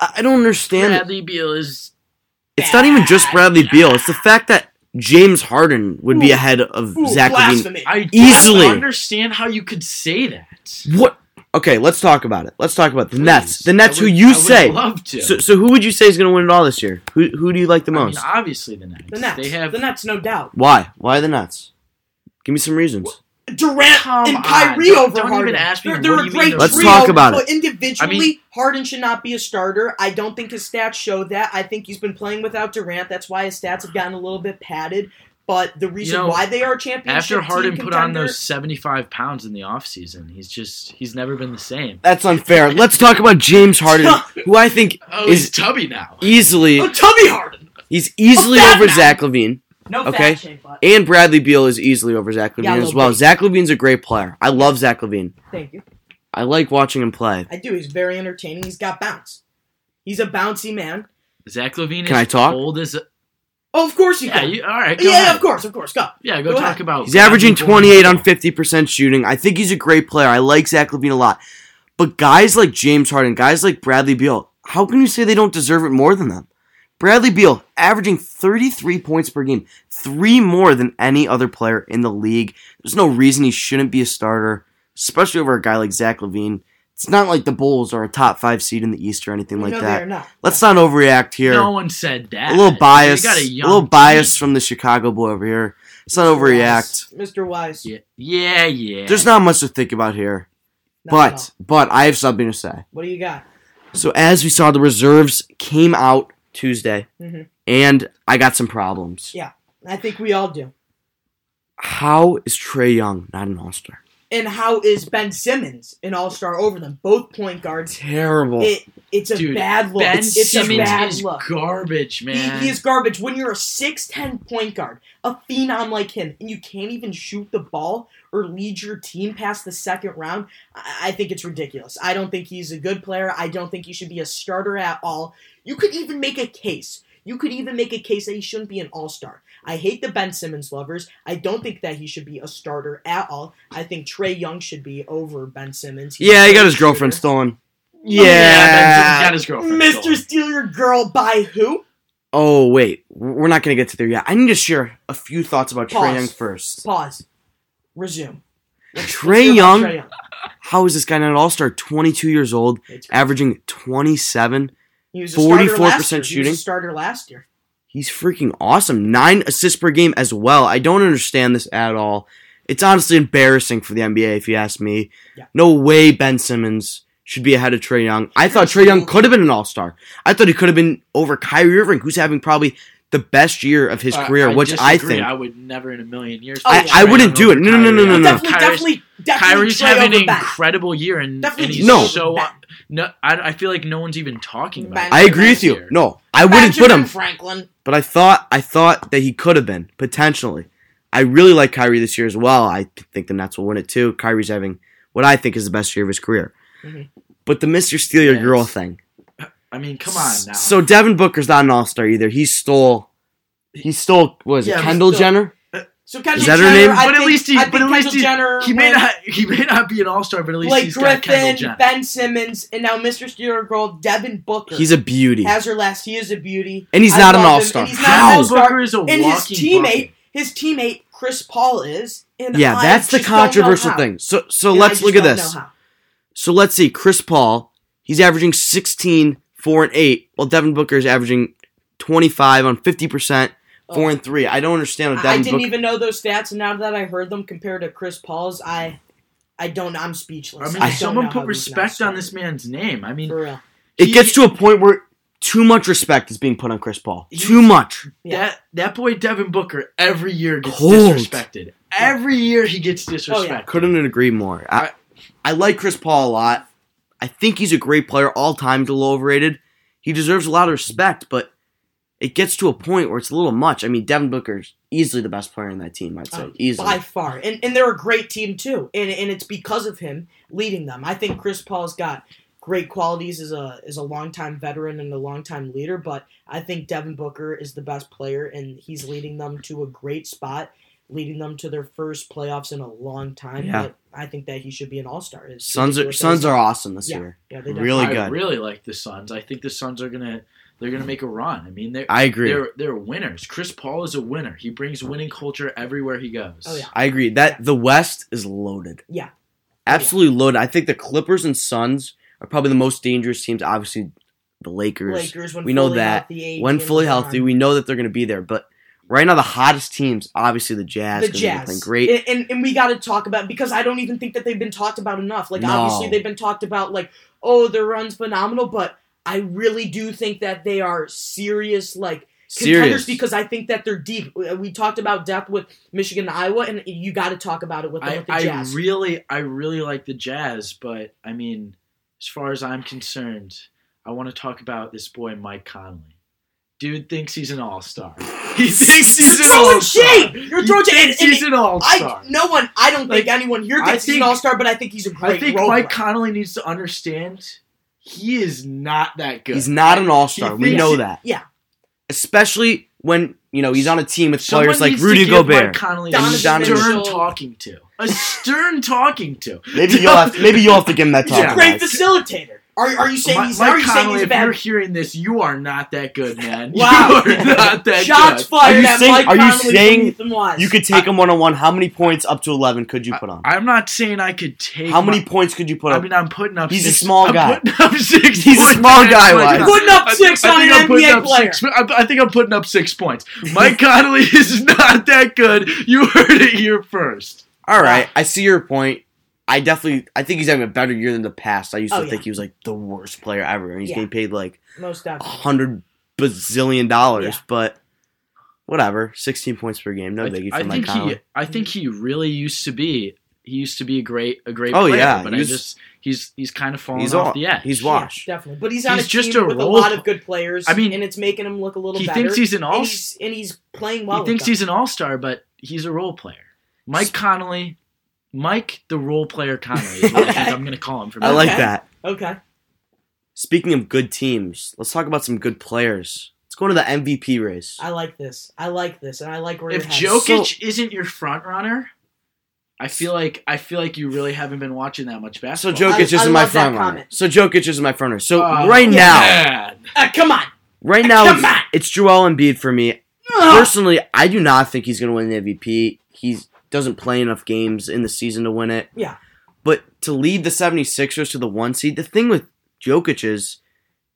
Speaker 2: I I don't understand.
Speaker 3: Bradley Beal is
Speaker 2: it's not even just Bradley Beal. It's the fact that James Harden would be ahead of Zach Levine.
Speaker 1: blasphemy.
Speaker 3: I
Speaker 2: Easily.
Speaker 3: don't understand how you could say that.
Speaker 2: What? Okay, let's talk about it. Let's talk about the Nets.
Speaker 3: Please.
Speaker 2: The Nets,
Speaker 3: I
Speaker 2: who
Speaker 3: would-
Speaker 2: you
Speaker 3: I would
Speaker 2: say.
Speaker 3: love to.
Speaker 2: So, so who would you say is going to win it all this year? Who who do you like the
Speaker 3: I mean,
Speaker 2: most?
Speaker 3: obviously the Nets.
Speaker 1: The Nets.
Speaker 3: They have
Speaker 1: the Nets, no doubt.
Speaker 2: Why? Why the Nets? Give me some reasons.
Speaker 1: Durant
Speaker 3: Come
Speaker 1: and
Speaker 3: on.
Speaker 1: Kyrie
Speaker 3: Don't-
Speaker 1: over
Speaker 3: don't
Speaker 1: Harden.
Speaker 3: even ask me,
Speaker 1: they're
Speaker 3: what
Speaker 1: they're a
Speaker 3: do you mean
Speaker 1: great
Speaker 3: they're-
Speaker 2: Let's
Speaker 1: trio,
Speaker 2: talk about
Speaker 1: but Individually,
Speaker 3: I mean-
Speaker 1: Harden should not be a starter. I don't think his stats show that. I think he's been playing without Durant. That's why his stats have gotten a little bit padded. But the reason
Speaker 3: know,
Speaker 1: why they are a championship
Speaker 3: after Harden
Speaker 1: team
Speaker 3: put on
Speaker 1: contender-
Speaker 3: those 75 pounds in the offseason, he's just he's never been the same.
Speaker 2: That's unfair. Let's talk about James Harden, who I think
Speaker 3: Oh,
Speaker 2: he's
Speaker 3: he's tubby now.
Speaker 2: easily
Speaker 1: Oh, Tubby Harden.
Speaker 2: he's easily
Speaker 1: Well, that
Speaker 2: over
Speaker 1: man-
Speaker 2: Zach Levine.
Speaker 1: No
Speaker 2: Okay.
Speaker 1: fat shame, but
Speaker 2: And Bradley Beal is easily over Zach Levine
Speaker 1: Yeah, a
Speaker 2: as
Speaker 1: little
Speaker 2: well.
Speaker 1: bit.
Speaker 2: Zach Levine's a great player. I love Zach Levine.
Speaker 1: thank you.
Speaker 2: I like watching him play.
Speaker 1: I do. He's very entertaining. He's got bounce. He's a bouncy man.
Speaker 3: Zach Levine
Speaker 2: Can
Speaker 3: is
Speaker 2: I talk?
Speaker 3: old as a,
Speaker 1: Oh, of course you
Speaker 3: yeah.
Speaker 1: can.
Speaker 3: You, all right, go
Speaker 1: yeah,
Speaker 3: ahead.
Speaker 1: of course, of course. Go.
Speaker 3: Yeah, go,
Speaker 1: Go
Speaker 3: talk
Speaker 1: ahead.
Speaker 3: about.
Speaker 2: He's averaging
Speaker 3: Bradley Beal.
Speaker 2: 28 on 50% shooting. I think he's a great player. I like Zach Levine a lot. But guys like James Harden, guys like Bradley Beal, how can you say they don't deserve it more than them? Bradley Beal averaging 33 points per game, three more than any other player in the league. There's no reason he shouldn't be a starter, especially over a guy like Zach Levine. It's not like the Bulls are a top five seed in the East or anything like
Speaker 1: no,
Speaker 2: that.
Speaker 1: they're not.
Speaker 2: Let's not overreact here.
Speaker 3: No one said that.
Speaker 2: a little
Speaker 3: They
Speaker 2: bias,
Speaker 3: got
Speaker 2: a,
Speaker 3: a, young
Speaker 2: little
Speaker 3: team.
Speaker 2: bias from the Chicago boy over here. Let's not overreact.
Speaker 1: Wise. Mr. Wise.
Speaker 3: Yeah, yeah, yeah.
Speaker 2: There's not much to think about here,
Speaker 1: Not at all.
Speaker 2: but but I have something to say.
Speaker 1: what do you got?
Speaker 2: So as we saw, the reserves came out Tuesday,
Speaker 1: Mhm.
Speaker 2: and I got some problems.
Speaker 1: Yeah. I think we all do.
Speaker 2: How is Trey Young not an All Star?
Speaker 1: And how is Ben Simmons an All Star over them? Both point guards.
Speaker 2: Terrible.
Speaker 1: It it's a
Speaker 3: Dude,
Speaker 1: bad look.
Speaker 3: Ben
Speaker 1: it's
Speaker 3: Simmons
Speaker 1: a bad
Speaker 3: is
Speaker 1: look.
Speaker 3: garbage,
Speaker 1: He,
Speaker 3: man.
Speaker 1: he is garbage. When you're a six ten point guard, a phenom like him, and you can't even shoot the ball or lead your team past the second round, I, I think it's ridiculous. I don't think he's a good player. I don't think he should be a starter at all. You could even make a case. You could even make a case that he shouldn't be an all star. I hate the Ben Simmons lovers. I don't think that he should be a starter at all. I think Trey Young should be over Ben Simmons. He's a
Speaker 2: yeah, he got
Speaker 1: great
Speaker 2: his girlfriend
Speaker 1: shooter.
Speaker 2: stolen.
Speaker 1: Oh,
Speaker 3: yeah, Ben Simmons
Speaker 2: Yeah.
Speaker 3: got his girlfriend.
Speaker 1: Mr.
Speaker 3: stolen.
Speaker 1: Steal Your Girl by who?
Speaker 2: Oh wait, we're not gonna get to there yet. I need to share a few thoughts about Trey
Speaker 1: Pause.
Speaker 2: Young first.
Speaker 1: Pause. Resume.
Speaker 2: Trey
Speaker 1: You're
Speaker 2: Young,
Speaker 1: right, Trae Young.
Speaker 2: how is this guy not an All Star? 22 years old,
Speaker 1: It's-
Speaker 2: averaging 27.
Speaker 1: He was a starter
Speaker 2: 44%
Speaker 1: last year. He
Speaker 2: shooting.
Speaker 1: was a starter last year.
Speaker 2: He's freaking awesome. Nine assists per game as well. I don't understand this at all. It's honestly embarrassing for the NBA, if you ask me.
Speaker 1: Yeah.
Speaker 2: No way Ben Simmons should be ahead of Trey Young. I thought Trey Young could have been an all star. I thought he could have been over Kyrie Irving, who's having probably the best year of his
Speaker 3: Uh,
Speaker 2: career, which I
Speaker 3: disagree.
Speaker 2: think.
Speaker 3: I would never in a million years.
Speaker 1: I-
Speaker 3: put
Speaker 1: I
Speaker 3: Trae
Speaker 2: wouldn't
Speaker 3: Young
Speaker 2: do it.
Speaker 3: over
Speaker 2: No, no, no,
Speaker 3: Kyrie.
Speaker 2: no, no, no.
Speaker 1: Oh, Definitely, definitely, definitely.
Speaker 3: Kyrie's
Speaker 1: Trae
Speaker 3: having an
Speaker 1: over Ben.
Speaker 3: incredible year, and, and
Speaker 1: Definitely
Speaker 3: he's
Speaker 2: No.
Speaker 3: so
Speaker 1: Ben.
Speaker 3: no. I, I feel like no one's even talking about.
Speaker 1: Ben.
Speaker 3: it.
Speaker 2: I agree with you. No, I wouldn't put
Speaker 1: Benjamin
Speaker 2: him,
Speaker 1: Franklin.
Speaker 2: but I thought I thought that he could have been potentially. I really like Kyrie this year as well. I think the Nets will win it too. Kyrie's having what I think is the best year of his career.
Speaker 1: Mhm.
Speaker 2: But the Mr. Steal Your
Speaker 3: Yes.
Speaker 2: Girl thing.
Speaker 3: I mean, come on now.
Speaker 2: So Devin Booker's not an all star either. He stole. He stole. What is
Speaker 1: Yeah,
Speaker 2: it?
Speaker 1: he
Speaker 2: Kendall
Speaker 1: stole-
Speaker 2: Jenner.
Speaker 1: So Kendall
Speaker 2: that her
Speaker 1: Jenner,
Speaker 2: name?
Speaker 1: I
Speaker 3: but at
Speaker 1: think-
Speaker 3: least he,
Speaker 1: I
Speaker 3: but
Speaker 1: think
Speaker 3: at least
Speaker 1: Kendall
Speaker 3: he,
Speaker 1: Jenner
Speaker 3: he may
Speaker 1: went
Speaker 3: not, he may not be an all star, but at least
Speaker 1: Blake
Speaker 3: he's got Kendall
Speaker 1: Griffin,
Speaker 3: Jenner.
Speaker 1: Ben Simmons, and now Mr. Steeler Girl, Devin Booker.
Speaker 2: He's a beauty.
Speaker 1: has her last. He is a beauty,
Speaker 2: And he's
Speaker 1: I
Speaker 2: not an
Speaker 1: love him,
Speaker 2: all-star.
Speaker 1: and He's
Speaker 2: How?
Speaker 1: not an all
Speaker 3: Devin Booker
Speaker 1: star.
Speaker 3: is a
Speaker 1: And his
Speaker 3: walking
Speaker 1: teammate,
Speaker 3: bucket.
Speaker 1: his teammate Chris Paul is. And
Speaker 2: yeah,
Speaker 1: I
Speaker 2: that's the
Speaker 1: just don't know
Speaker 2: controversial
Speaker 1: how.
Speaker 2: thing. So so
Speaker 1: And I
Speaker 2: let's
Speaker 1: just
Speaker 2: look at
Speaker 1: don't know
Speaker 2: this.
Speaker 1: how.
Speaker 2: So let's see. Chris Paul He's averaging 16, 4 and 8, while Devin Booker is averaging 25 on 50%, 4 and 3. I don't understand what
Speaker 1: Oh. I I
Speaker 2: Devin
Speaker 1: didn't
Speaker 2: Booker
Speaker 1: even know those stats, and now that I heard them compared to Chris Paul's, I, I don't. I'm
Speaker 3: I
Speaker 1: speechless.
Speaker 3: mean,
Speaker 1: I don't
Speaker 3: someone
Speaker 1: know how
Speaker 3: put
Speaker 1: he's not
Speaker 3: respect on
Speaker 1: starting.
Speaker 3: this man's name. I mean,
Speaker 1: For real.
Speaker 2: It
Speaker 3: he-
Speaker 2: gets to a point where too much respect is being put on Chris Paul.
Speaker 3: He-
Speaker 2: too much.
Speaker 1: Yeah.
Speaker 3: That that boy Devin Booker every year gets
Speaker 2: Cold.
Speaker 3: disrespected. Every year he gets
Speaker 1: Oh,
Speaker 3: disrespected.
Speaker 1: yeah.
Speaker 2: Couldn't agree more. I,
Speaker 3: I-
Speaker 2: I like Chris Paul a lot. I think he's a great player all time. He's a little overrated. He deserves a lot of respect, but it gets to a point where it's a little much. I mean, Devin Booker's easily the best player in that team. I'd say
Speaker 1: Um,
Speaker 2: easily.
Speaker 1: By far. And, and they're a great team, too. And, and it's because of him leading them. I think Chris Paul's got great qualities as a as a longtime veteran and a longtime leader, but I think Devin Booker is the best player, and he's leading them to a great spot, leading them to their first playoffs in a long time.
Speaker 2: Yeah.
Speaker 1: But I think that he should be an all star.
Speaker 2: Suns are Suns are awesome this
Speaker 1: Yeah.
Speaker 2: year.
Speaker 1: yeah, they
Speaker 2: really
Speaker 1: definitely-
Speaker 3: I
Speaker 2: good.
Speaker 3: really like the Suns. I think the Suns are gonna they're gonna make a run. I mean, they're
Speaker 2: I agree.
Speaker 3: they're they're winners. Chris Paul is a winner. He brings winning culture everywhere he goes.
Speaker 1: Oh, yeah.
Speaker 2: I agree that the West is loaded.
Speaker 1: Yeah.
Speaker 2: Absolutely loaded. I think the Clippers and Suns are probably the most dangerous teams. Obviously, the
Speaker 1: Lakers um, when
Speaker 2: We know
Speaker 1: fully
Speaker 2: that.
Speaker 1: healthy, AD
Speaker 2: when
Speaker 1: and
Speaker 2: fully
Speaker 1: LeBron.
Speaker 2: healthy, we know that they're going to be there. But right now, the hottest teams, obviously the Jazz,
Speaker 1: the
Speaker 2: 'cause they've been
Speaker 1: Jazz.
Speaker 2: playing great.
Speaker 1: And, and, and we got to talk about because I don't even think that they've been talked about enough. Like
Speaker 2: No.
Speaker 1: obviously they've been talked about like oh their run's phenomenal, but I really do think that they are serious like contenders
Speaker 2: Serious.
Speaker 1: because I think that they're deep. We we talked about depth with Michigan and Iowa, and you got to talk about it with, the-
Speaker 3: I,
Speaker 1: with the
Speaker 3: I
Speaker 1: Jazz.
Speaker 3: really I really like the Jazz, but I mean, as far as I'm concerned, I want to talk about this boy Mike Conley. Dude thinks he's an all star. He thinks he's
Speaker 1: You're
Speaker 3: an
Speaker 1: throwing
Speaker 3: all
Speaker 1: shade.
Speaker 3: star.
Speaker 1: You're throwing shade. And,
Speaker 3: He's
Speaker 1: and
Speaker 3: an all star.
Speaker 1: I no one. I don't
Speaker 3: Like,
Speaker 1: think anyone here
Speaker 3: I
Speaker 1: thinks he's an
Speaker 3: think-
Speaker 1: all star, but I think he's a great.
Speaker 3: I think
Speaker 1: role
Speaker 3: Mike
Speaker 1: player.
Speaker 3: Connolly needs to understand he is not that good.
Speaker 2: He's not an all star.
Speaker 3: He
Speaker 2: We
Speaker 3: thinks
Speaker 2: know
Speaker 3: he-
Speaker 2: that.
Speaker 1: yeah.
Speaker 2: Especially when you know he's on a team with
Speaker 3: Someone
Speaker 2: players like
Speaker 3: needs to
Speaker 2: Rudy
Speaker 3: give Mike
Speaker 2: Gobert.
Speaker 3: Connolly
Speaker 1: Donovan
Speaker 3: a stern
Speaker 1: Mitchell.
Speaker 3: talking to. A stern talking to.
Speaker 2: Maybe you'll have maybe you'll have to give him that
Speaker 3: He's
Speaker 2: talk.
Speaker 3: a
Speaker 1: He's a great
Speaker 2: guys.
Speaker 1: facilitator. Are, are you saying
Speaker 3: Mi-
Speaker 1: he's? are
Speaker 3: Mike
Speaker 1: you saying
Speaker 3: Connolly,
Speaker 1: he's a
Speaker 3: if
Speaker 1: bad?
Speaker 3: you're hearing this, you are not that good, man.
Speaker 1: Wow.
Speaker 3: You are not that
Speaker 1: Shots
Speaker 3: good.
Speaker 1: fired
Speaker 2: Are you
Speaker 1: at
Speaker 2: saying-
Speaker 1: Mike
Speaker 2: are you
Speaker 1: Conley
Speaker 2: saying
Speaker 1: and Ethan Wise.
Speaker 2: You could take him one on one. How many points up to eleven could you put on?
Speaker 3: I'm not saying I could take.
Speaker 2: How many
Speaker 3: my-
Speaker 2: points could you put
Speaker 3: I
Speaker 2: up?
Speaker 3: mean, I'm putting up.
Speaker 2: He's a
Speaker 3: six,
Speaker 2: small
Speaker 3: I'm
Speaker 2: guy.
Speaker 3: Putting up six
Speaker 2: He's a
Speaker 3: points.
Speaker 2: small guy,
Speaker 3: Mike
Speaker 2: Wise.
Speaker 3: Conley.
Speaker 1: Putting up
Speaker 3: I-
Speaker 1: six
Speaker 3: I
Speaker 1: on
Speaker 3: think
Speaker 1: an
Speaker 3: I'm putting
Speaker 1: NBA
Speaker 3: up
Speaker 1: player.
Speaker 3: six- I I think I'm putting up six points. Mike Connolly is not that good. You heard it here first.
Speaker 2: All right, I see your point. I definitely, I think he's having a better year than the past. I used
Speaker 1: Oh,
Speaker 2: to
Speaker 1: yeah.
Speaker 2: think he was like the worst player ever, and he's
Speaker 1: Yeah.
Speaker 2: getting paid like
Speaker 1: most
Speaker 2: a
Speaker 1: definitely.
Speaker 2: hundred bazillion dollars.
Speaker 1: Yeah.
Speaker 2: But whatever, sixteen points per game, no
Speaker 3: I,
Speaker 2: biggie for
Speaker 3: I
Speaker 2: Mike
Speaker 3: think he.
Speaker 2: Conley.
Speaker 3: I think he really used to be. He used to be a great, a great.
Speaker 2: Oh,
Speaker 3: player,
Speaker 2: yeah,
Speaker 3: but
Speaker 2: he
Speaker 3: I
Speaker 2: was-
Speaker 3: just he's he's kind of falling
Speaker 2: He's
Speaker 3: off
Speaker 2: off.
Speaker 3: the edge.
Speaker 2: He's washed.
Speaker 1: Yeah, definitely. But he's on
Speaker 3: He's
Speaker 1: a
Speaker 3: just
Speaker 1: team
Speaker 3: a
Speaker 1: with a
Speaker 3: role
Speaker 1: lot
Speaker 3: pl-
Speaker 1: of good players.
Speaker 3: I mean,
Speaker 1: and it's making him look a little
Speaker 3: he
Speaker 1: better.
Speaker 3: thinks he's an all.
Speaker 1: and he's, and he's playing well.
Speaker 3: he thinks
Speaker 1: with them.
Speaker 3: he's an all star, but he's a role player. Mike Connolly, Mike the role player Connolly. Is what I think
Speaker 1: Okay.
Speaker 3: I'm going to call him from
Speaker 2: I like
Speaker 1: Okay.
Speaker 2: that.
Speaker 1: okay.
Speaker 2: Speaking of good teams, let's talk about some good players. Let's go to the MVP race.
Speaker 1: I like this. I like this, and I like where
Speaker 3: If
Speaker 1: it heads.
Speaker 3: Jokic isn't your front runner, I feel like I feel like you really haven't been watching that much
Speaker 2: So
Speaker 3: basketball.
Speaker 2: Jokic
Speaker 1: I-
Speaker 2: isn't
Speaker 1: I
Speaker 2: my
Speaker 1: love that
Speaker 2: front runner.
Speaker 1: comment.
Speaker 2: So Jokic isn't my front runner. So
Speaker 3: Oh,
Speaker 2: right now,
Speaker 3: man.
Speaker 1: Uh, come on.
Speaker 2: right
Speaker 1: Come
Speaker 2: now,
Speaker 1: on.
Speaker 2: it's, it's Joel Embiid for me.
Speaker 3: Ah.
Speaker 1: Ugh.
Speaker 2: Personally, I do not think he's going to win the MVP. He doesn't play enough games in the season to win it.
Speaker 1: Yeah.
Speaker 2: But to lead the 76ers to the one seed, the thing with Jokic is,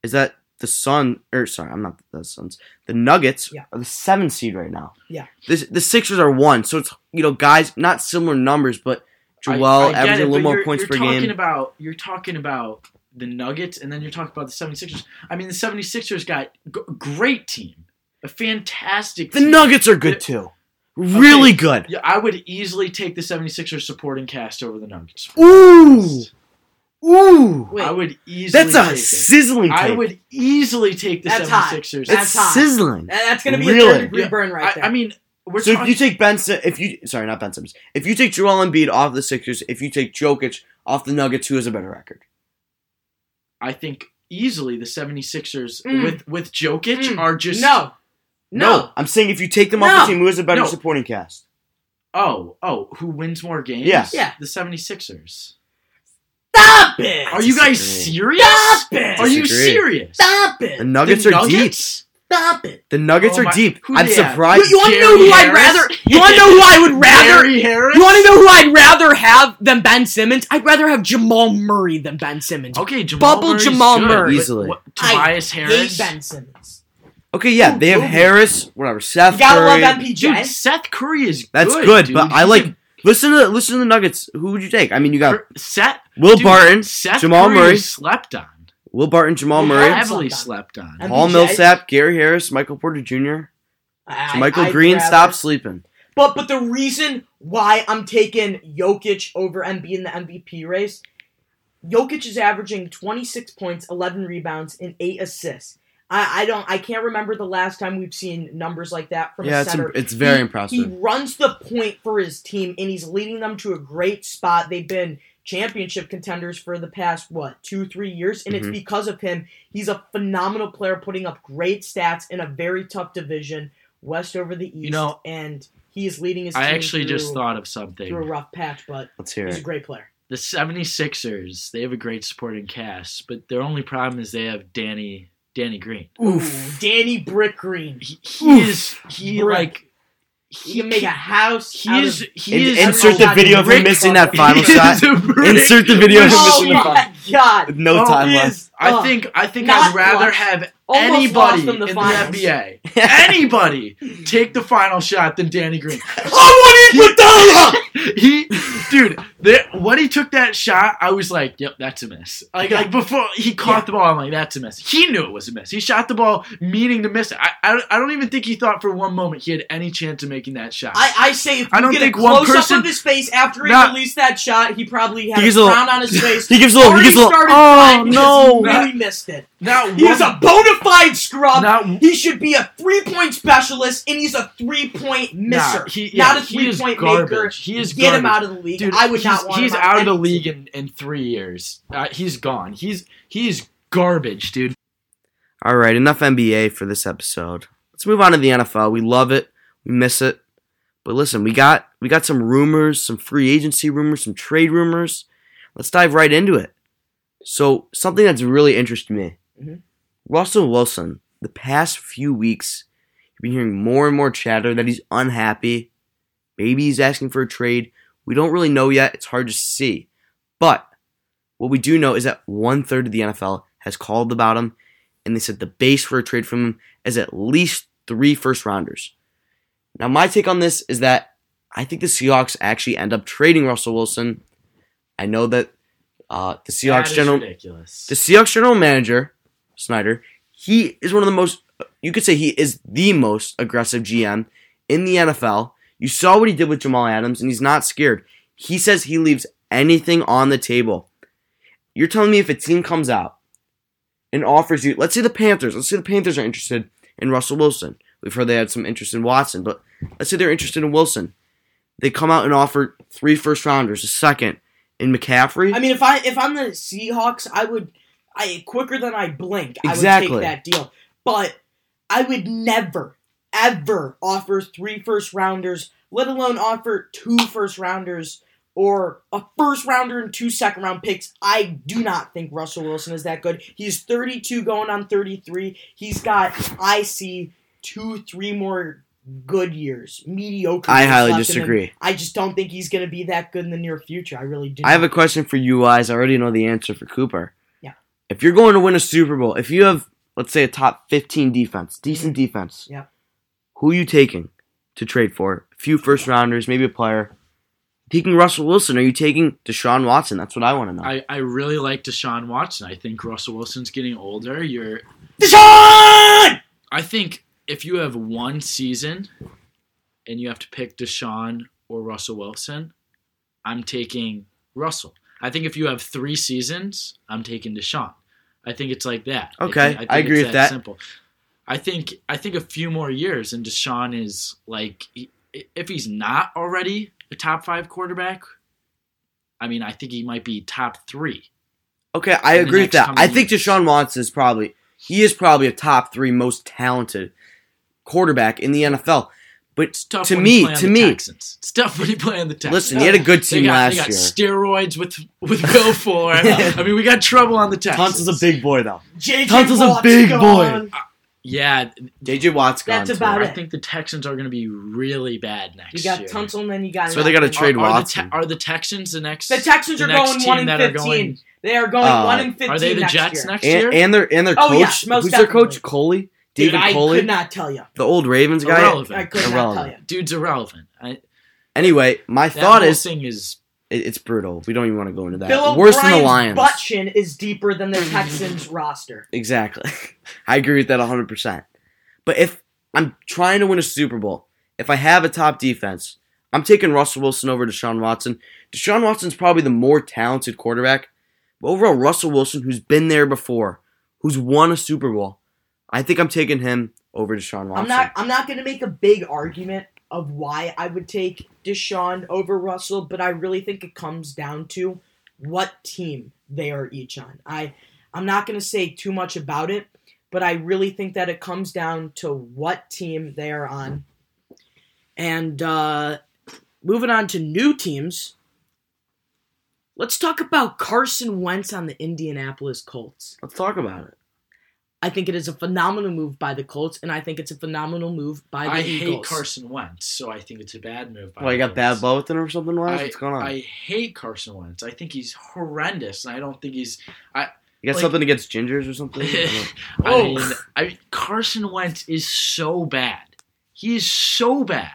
Speaker 2: is that the Sun, or sorry, I'm not the Suns, the Nuggets
Speaker 1: Yeah.
Speaker 2: are the seven seed right now.
Speaker 1: Yeah.
Speaker 2: The, the Sixers are one. So it's, you know, guys, not similar numbers, but
Speaker 3: I-
Speaker 2: Joel
Speaker 3: I get
Speaker 2: averaging
Speaker 3: it,
Speaker 2: a
Speaker 3: but
Speaker 2: little more
Speaker 3: you're-
Speaker 2: points
Speaker 3: you're
Speaker 2: per
Speaker 3: talking
Speaker 2: game.
Speaker 3: About, you're talking about the Nuggets, and then you're talking about the 76ers. I mean, the 76ers got g- great team, a fantastic
Speaker 2: the
Speaker 3: team.
Speaker 2: Nuggets are good too. Really good.
Speaker 3: Yeah, I would easily take the 76ers supporting cast over the Nuggets.
Speaker 2: Ooh. Ooh.
Speaker 1: Wait,
Speaker 3: I would easily
Speaker 2: That's a
Speaker 3: take
Speaker 2: sizzling
Speaker 3: it. I
Speaker 2: take.
Speaker 3: would easily take the
Speaker 1: That's hot.
Speaker 3: 76ers.
Speaker 1: That's
Speaker 2: It's
Speaker 1: hot.
Speaker 2: sizzling.
Speaker 1: that- that's gonna be
Speaker 2: Really?
Speaker 1: a third degree
Speaker 3: Yeah.
Speaker 1: burn right
Speaker 3: I,
Speaker 1: there.
Speaker 3: I mean, we're
Speaker 2: So if
Speaker 3: talking
Speaker 2: you take Ben, Si- if you sorry, not Ben Simmons, if you take Joel Embiid off the Sixers, if you take Jokic off the Nuggets, who has a better record?
Speaker 3: I think easily the 76ers
Speaker 1: Mm.
Speaker 3: with with Jokic
Speaker 1: Mm.
Speaker 3: are just
Speaker 1: no, no.
Speaker 2: I'm saying if you take them off
Speaker 1: No.
Speaker 2: the team, who has a better
Speaker 3: No.
Speaker 2: supporting cast?
Speaker 3: Oh, oh, who wins more games?
Speaker 2: Yeah.
Speaker 1: Yeah.
Speaker 3: The 76ers.
Speaker 1: Stop it.
Speaker 3: Are you guys
Speaker 2: disagree.
Speaker 3: serious?
Speaker 1: Stop it.
Speaker 3: Are you
Speaker 2: Disagree.
Speaker 3: serious?
Speaker 1: Stop
Speaker 2: The
Speaker 1: it.
Speaker 2: Nuggets
Speaker 3: The
Speaker 2: are
Speaker 3: Nuggets?
Speaker 2: deep.
Speaker 1: Stop it.
Speaker 2: The Nuggets
Speaker 3: Oh
Speaker 2: are
Speaker 3: my-
Speaker 2: deep.
Speaker 3: who
Speaker 2: I'm
Speaker 3: they have?
Speaker 1: You,
Speaker 2: surprised.
Speaker 1: want to know who
Speaker 3: Gary
Speaker 1: I'd
Speaker 3: Harris?
Speaker 1: rather? You want to know who I would rather?
Speaker 3: Gary Harris.
Speaker 1: You want to know who I'd rather have than Ben Simmons? I'd rather have Jamal Murray than Ben Simmons.
Speaker 3: Okay, Jamal
Speaker 1: Bubble
Speaker 3: Murray's
Speaker 1: Jamal
Speaker 3: good,
Speaker 1: Murray.
Speaker 3: but
Speaker 2: Easily.
Speaker 3: what-
Speaker 1: I
Speaker 3: Tobias
Speaker 1: Hate
Speaker 3: Harris.
Speaker 1: Ben Simmons.
Speaker 2: Okay, yeah, they have
Speaker 1: Ooh.
Speaker 2: Harris, whatever, Seth
Speaker 1: You gotta love
Speaker 2: Curry.
Speaker 1: MPJ.
Speaker 3: Dude, Seth Curry is
Speaker 2: That's
Speaker 3: good,
Speaker 2: good,
Speaker 3: dude.
Speaker 2: but I
Speaker 3: He's
Speaker 2: like-
Speaker 3: a-
Speaker 2: Listen to listen to the Nuggets. Who would you take? I mean, you got
Speaker 3: Seth
Speaker 2: Will
Speaker 3: dude,
Speaker 2: Barton,
Speaker 3: Seth
Speaker 2: Jamal
Speaker 3: Curry
Speaker 2: Murray.
Speaker 3: is slept on.
Speaker 2: Will Barton, Jamal
Speaker 1: Yeah,
Speaker 2: Murray,
Speaker 1: I've-
Speaker 3: Heavily
Speaker 1: slept
Speaker 3: slept on.
Speaker 1: And-
Speaker 2: Paul
Speaker 1: MPJ.
Speaker 2: Millsap, Gary Harris, Michael Porter Jr.
Speaker 1: I-
Speaker 2: Michael
Speaker 1: I'd
Speaker 2: Green,
Speaker 1: rather-
Speaker 2: stop sleeping.
Speaker 1: But but the reason why I'm taking Jokic over Embiid in the MVP race, Jokic is averaging 26 points, 11 rebounds, and eight assists. I, I don't I can't remember the last time we've seen numbers like that from
Speaker 2: Yeah,
Speaker 1: a
Speaker 2: it's
Speaker 1: center.
Speaker 2: it's very
Speaker 1: He- He
Speaker 2: impressive.
Speaker 1: runs the point for his team, and he's leading them to a great spot. They've been championship contenders for the past what two, three years, and
Speaker 2: Mhm.
Speaker 1: it's because of him. He's a phenomenal player, putting up great stats in a very tough division, West over the East.
Speaker 3: You know-
Speaker 1: and he is leading his.
Speaker 3: I
Speaker 1: team
Speaker 3: actually
Speaker 1: through,
Speaker 3: just thought of
Speaker 1: through a
Speaker 3: something.
Speaker 1: rough patch, but
Speaker 2: Let's hear
Speaker 1: he's a
Speaker 2: it.
Speaker 1: great player.
Speaker 3: The 76ers, they have a great supporting cast, but their only problem is they have Danny Danny Green.
Speaker 1: Oof, Danny Brick Green.
Speaker 3: He, he
Speaker 1: Oof.
Speaker 3: is he
Speaker 1: Brick.
Speaker 3: like
Speaker 1: He can make a house.
Speaker 3: he
Speaker 1: out of-
Speaker 3: is he
Speaker 2: In-
Speaker 3: is
Speaker 2: insert the
Speaker 1: Rick-
Speaker 2: video of him
Speaker 1: Rick-
Speaker 2: missing that
Speaker 1: He
Speaker 2: final
Speaker 3: He
Speaker 2: shot.
Speaker 3: is a brick.
Speaker 2: Insert the video of him
Speaker 1: Oh
Speaker 2: missing the
Speaker 1: my God!
Speaker 2: with No
Speaker 3: Oh,
Speaker 2: time
Speaker 1: he
Speaker 2: left.
Speaker 1: is-
Speaker 3: I
Speaker 1: Ugh.
Speaker 3: think I think
Speaker 1: Not
Speaker 3: I'd rather
Speaker 1: lost.
Speaker 3: have
Speaker 1: Almost
Speaker 3: anybody
Speaker 1: lost them the
Speaker 3: in
Speaker 1: finals.
Speaker 3: the NBA, anybody take the final shot than Danny Green.
Speaker 1: Oh,
Speaker 2: I want
Speaker 3: He, dude, there, when he took that shot, I was like, "Yep, that's a miss." Like, like before he caught the ball, I'm like, "That's a miss." He knew it was a miss. He shot the ball, meaning to miss it. I, I, I don't even think he thought for one moment he had any chance of making that shot.
Speaker 1: I, I say if you
Speaker 3: I don't
Speaker 1: get
Speaker 3: think
Speaker 1: a
Speaker 3: one
Speaker 1: close
Speaker 3: person-
Speaker 1: up of his face after he
Speaker 3: Not-
Speaker 1: released that shot, he probably had
Speaker 2: He
Speaker 1: a
Speaker 2: gives a little-
Speaker 1: frown on his face.
Speaker 2: He gives a little. He
Speaker 1: Already
Speaker 2: gives a little.
Speaker 1: started
Speaker 2: Oh
Speaker 1: crying
Speaker 2: no!
Speaker 1: because he really missed it.
Speaker 3: not
Speaker 1: He is
Speaker 3: one-
Speaker 1: a bona fide scrub.
Speaker 3: not
Speaker 1: he should be a three point specialist, and he's a three point misser,
Speaker 3: Nah, he, yeah,
Speaker 1: not a
Speaker 3: he
Speaker 1: three
Speaker 3: is
Speaker 1: point
Speaker 3: garbage.
Speaker 1: maker.
Speaker 3: He is
Speaker 1: Get
Speaker 3: garbage.
Speaker 1: him out of the league.
Speaker 3: Dude,
Speaker 1: I would
Speaker 3: he's,
Speaker 1: not want.
Speaker 3: He's
Speaker 1: him
Speaker 3: out of the
Speaker 1: any
Speaker 3: league
Speaker 1: team.
Speaker 3: in, in three years. Uh, he's gone. He's he's garbage, dude.
Speaker 2: All right, enough NBA for this episode. Let's move on to the NFL. We love it. We miss it. But listen, we got we got some rumors, some free agency rumors, some trade rumors. Let's dive right into it. So, something that's really interested me.
Speaker 1: Mhm.
Speaker 2: Russell Wilson, the past few weeks, you've been hearing more and more chatter that he's unhappy. Maybe he's asking for a trade. We don't really know yet. It's hard to see. But what we do know is that one third of the NFL has called about him and they said the base for a trade from him is at least three first rounders. Now, my take on this is that I think the Seahawks actually end up trading Russell Wilson. I know that uh, the
Speaker 3: That
Speaker 2: Seahawks
Speaker 3: is
Speaker 2: general
Speaker 3: ridiculous.
Speaker 2: the Seahawks general manager Snyder. He is one of the most. You could say he is the most aggressive GM in the NFL. You saw what he did with Jamal Adams, and he's not scared. He says he leaves anything on the table. You're telling me if a team comes out and offers you, let's say the Panthers, let's say the Panthers are interested in Russell Wilson. We've heard they had some interest in Watson, but let's say they're interested in Wilson. They come out and offer three first rounders, a second in McCaffrey.
Speaker 1: I mean, if I if I'm the Seahawks, I would I quicker than I blink. I
Speaker 2: Exactly.
Speaker 1: would take that deal, but I would never ever offer three first rounders, let alone offer two first rounders or a first rounder and two second round picks. I do not think Russell Wilson is that good. He's 32 going on 33. He's got I see two three more good years. Mediocre.
Speaker 2: I
Speaker 1: years
Speaker 2: highly
Speaker 1: left in him.
Speaker 2: disagree.
Speaker 1: I just don't think he's going to be that good in the near future. I really do.
Speaker 2: I have
Speaker 1: not.
Speaker 2: a question for you guys. I already know the answer for Cooper.
Speaker 1: Yeah.
Speaker 2: If you're going to win a Super Bowl, if you have, let's say, a top 15 defense, decent defense,
Speaker 1: Mm-hmm. Yeah.
Speaker 2: who are you taking to trade for? A few first rounders, maybe a player. Taking Russell Wilson, are you taking Deshaun Watson? That's what I want to know.
Speaker 3: I, I really like Deshaun Watson. I think Russell Wilson's getting older. You're
Speaker 1: Deshaun!
Speaker 3: I think if you have one season and you have to pick Deshaun or Russell Wilson, I'm taking Russell. I think if you have three seasons, I'm taking Deshaun. I think it's like that.
Speaker 2: Okay, I agree
Speaker 3: it's
Speaker 2: with that.
Speaker 3: Simple. I think I think a few more years and Deshaun is like he- if he's not already a top five quarterback, I mean I think he might be top three.
Speaker 2: okay, I
Speaker 3: in the
Speaker 2: agree with
Speaker 3: next
Speaker 2: that.
Speaker 3: coming
Speaker 2: I think
Speaker 3: years.
Speaker 2: Deshaun Watson is probably, he is probably a top three most talented quarterback in the NFL. But
Speaker 3: It's tough
Speaker 2: To
Speaker 3: when
Speaker 2: me-
Speaker 3: you play on
Speaker 2: to
Speaker 3: the
Speaker 2: me-
Speaker 3: Texans. It's tough when you play on the Texans.
Speaker 2: listen, he had a good team
Speaker 3: they got,
Speaker 2: last
Speaker 3: they got
Speaker 2: year.
Speaker 3: steroids with with Will Fuller. I mean, we got trouble on the Texans.
Speaker 2: Tunsil's a big boy, though.
Speaker 1: JJ
Speaker 2: Tunsil's a
Speaker 1: Watt's
Speaker 2: big
Speaker 1: gone.
Speaker 2: boy.
Speaker 3: Yeah,
Speaker 2: JJ Watt's gone.
Speaker 1: That's about
Speaker 2: too.
Speaker 3: I
Speaker 1: it.
Speaker 3: think the Texans are going to be really bad next
Speaker 1: You got
Speaker 3: year.
Speaker 1: Tunsil, and then you got.
Speaker 2: So they got to
Speaker 1: nothing.
Speaker 2: trade
Speaker 3: are, are the,
Speaker 2: Watson.
Speaker 3: Te- are the Texans the next?
Speaker 1: The Texans
Speaker 3: the
Speaker 1: are
Speaker 3: next
Speaker 1: going
Speaker 3: team
Speaker 1: one and
Speaker 3: that are
Speaker 1: fifteen.
Speaker 3: going-
Speaker 1: they are going
Speaker 2: Uh,
Speaker 1: one and fifteen.
Speaker 3: Are they the
Speaker 1: next
Speaker 3: Jets
Speaker 1: year.
Speaker 3: next year?
Speaker 2: and, and their and their
Speaker 1: Oh,
Speaker 2: coach.
Speaker 1: yeah, most
Speaker 2: who's their coach?
Speaker 1: definitely.
Speaker 2: Coley,
Speaker 1: Dude,
Speaker 2: David
Speaker 1: I
Speaker 2: Coley,
Speaker 1: could not Oh, tell you.
Speaker 2: the old Ravens guy.
Speaker 1: I
Speaker 3: irrelevant.
Speaker 1: could not tell
Speaker 2: Irrelevant.
Speaker 1: you.
Speaker 3: Dude's irrelevant. I, that
Speaker 2: Anyway, my thought
Speaker 3: whole
Speaker 2: is
Speaker 3: thing is
Speaker 2: it, it's brutal. We don't even want to go into that.
Speaker 1: Bill
Speaker 2: Worse than the
Speaker 1: O'Brien's
Speaker 2: Lions.
Speaker 1: butt chin is deeper than the Texans roster.
Speaker 2: Exactly. I agree with that 100%. But if I'm trying to win a Super Bowl, if I have a top defense, I'm taking Russell Wilson over Deshaun Watson. Deshaun Watson's probably the more talented quarterback. But overall, Russell Wilson, who's been there before, who's won a Super Bowl, I think I'm taking him over Deshaun Watson.
Speaker 1: I'm not. I'm not going to make a big argument of why I would take Deshaun over Russell, but I really think it comes down to what team they are each on. I. I'm not going to say too much about it, but I really think that it comes down to what team they are on. And uh, moving on to new teams, let's talk about Carson Wentz on the Indianapolis Colts.
Speaker 2: Let's talk about it.
Speaker 1: I think it is a phenomenal move by the Colts, and I think it's a phenomenal move by the
Speaker 3: I
Speaker 1: Eagles.
Speaker 3: hate Carson Wentz, so I think it's a bad move. By
Speaker 2: Well, you
Speaker 3: the
Speaker 2: got bad
Speaker 3: Colts.
Speaker 2: blood with him or something? Wise?
Speaker 3: I-
Speaker 2: What's going on?
Speaker 3: I hate Carson Wentz. I think he's horrendous, and I don't think he's.
Speaker 2: you got
Speaker 3: like-
Speaker 2: something against gingers or something? I don't know.
Speaker 3: I
Speaker 1: Oh.
Speaker 3: mean, I mean, Carson Wentz is so bad. He is so bad.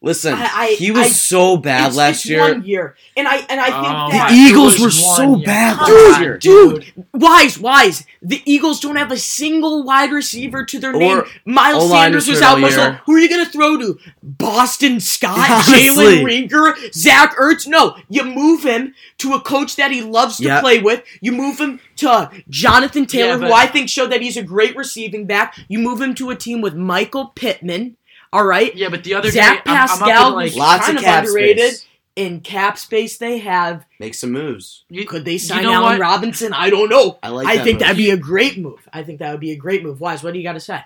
Speaker 2: Listen,
Speaker 1: I- I-
Speaker 2: he was
Speaker 1: I-
Speaker 2: so bad
Speaker 1: It's-
Speaker 2: last
Speaker 1: it's
Speaker 2: year.
Speaker 1: One year, and I and I think
Speaker 3: Oh
Speaker 2: The E-
Speaker 3: my-
Speaker 1: that
Speaker 2: Eagles
Speaker 3: It
Speaker 2: were
Speaker 3: was
Speaker 2: so
Speaker 3: one year.
Speaker 2: bad
Speaker 3: Come
Speaker 2: last
Speaker 3: on,
Speaker 2: year.
Speaker 1: dude, wise, wise. The Eagles don't have a single wide receiver to their name.
Speaker 2: Or
Speaker 1: Miles
Speaker 2: O-line
Speaker 1: Sanders was
Speaker 2: return all
Speaker 1: out. Russell.
Speaker 2: year.
Speaker 1: Who are you going to throw to? Boston Scott,
Speaker 2: Honestly.
Speaker 1: Jalen Rieger, Zach Ertz. No, you move him to a coach that he loves to
Speaker 2: Yep.
Speaker 1: play with. You move him to Jonathan Taylor,
Speaker 3: Yeah, but-
Speaker 1: who I think showed that he's a great receiving back. You move him to a team with Michael Pittman. All right,
Speaker 3: Yeah, but the other
Speaker 1: Zach
Speaker 3: day, I'm, I'm up in,
Speaker 1: Pascal,
Speaker 3: like,
Speaker 1: who's
Speaker 2: Lots
Speaker 1: kind
Speaker 2: of
Speaker 1: of
Speaker 2: cap
Speaker 1: underrated
Speaker 2: space.
Speaker 1: in cap space they have.
Speaker 2: Make some moves.
Speaker 3: you-
Speaker 1: Could they
Speaker 3: you
Speaker 1: sign
Speaker 3: know
Speaker 1: Allen
Speaker 3: what?
Speaker 1: Robinson? I don't know.
Speaker 2: I like.
Speaker 1: I
Speaker 2: that
Speaker 1: think
Speaker 2: move.
Speaker 1: that'd be a great move. I think that would be a great move. Wise, what do you got to say?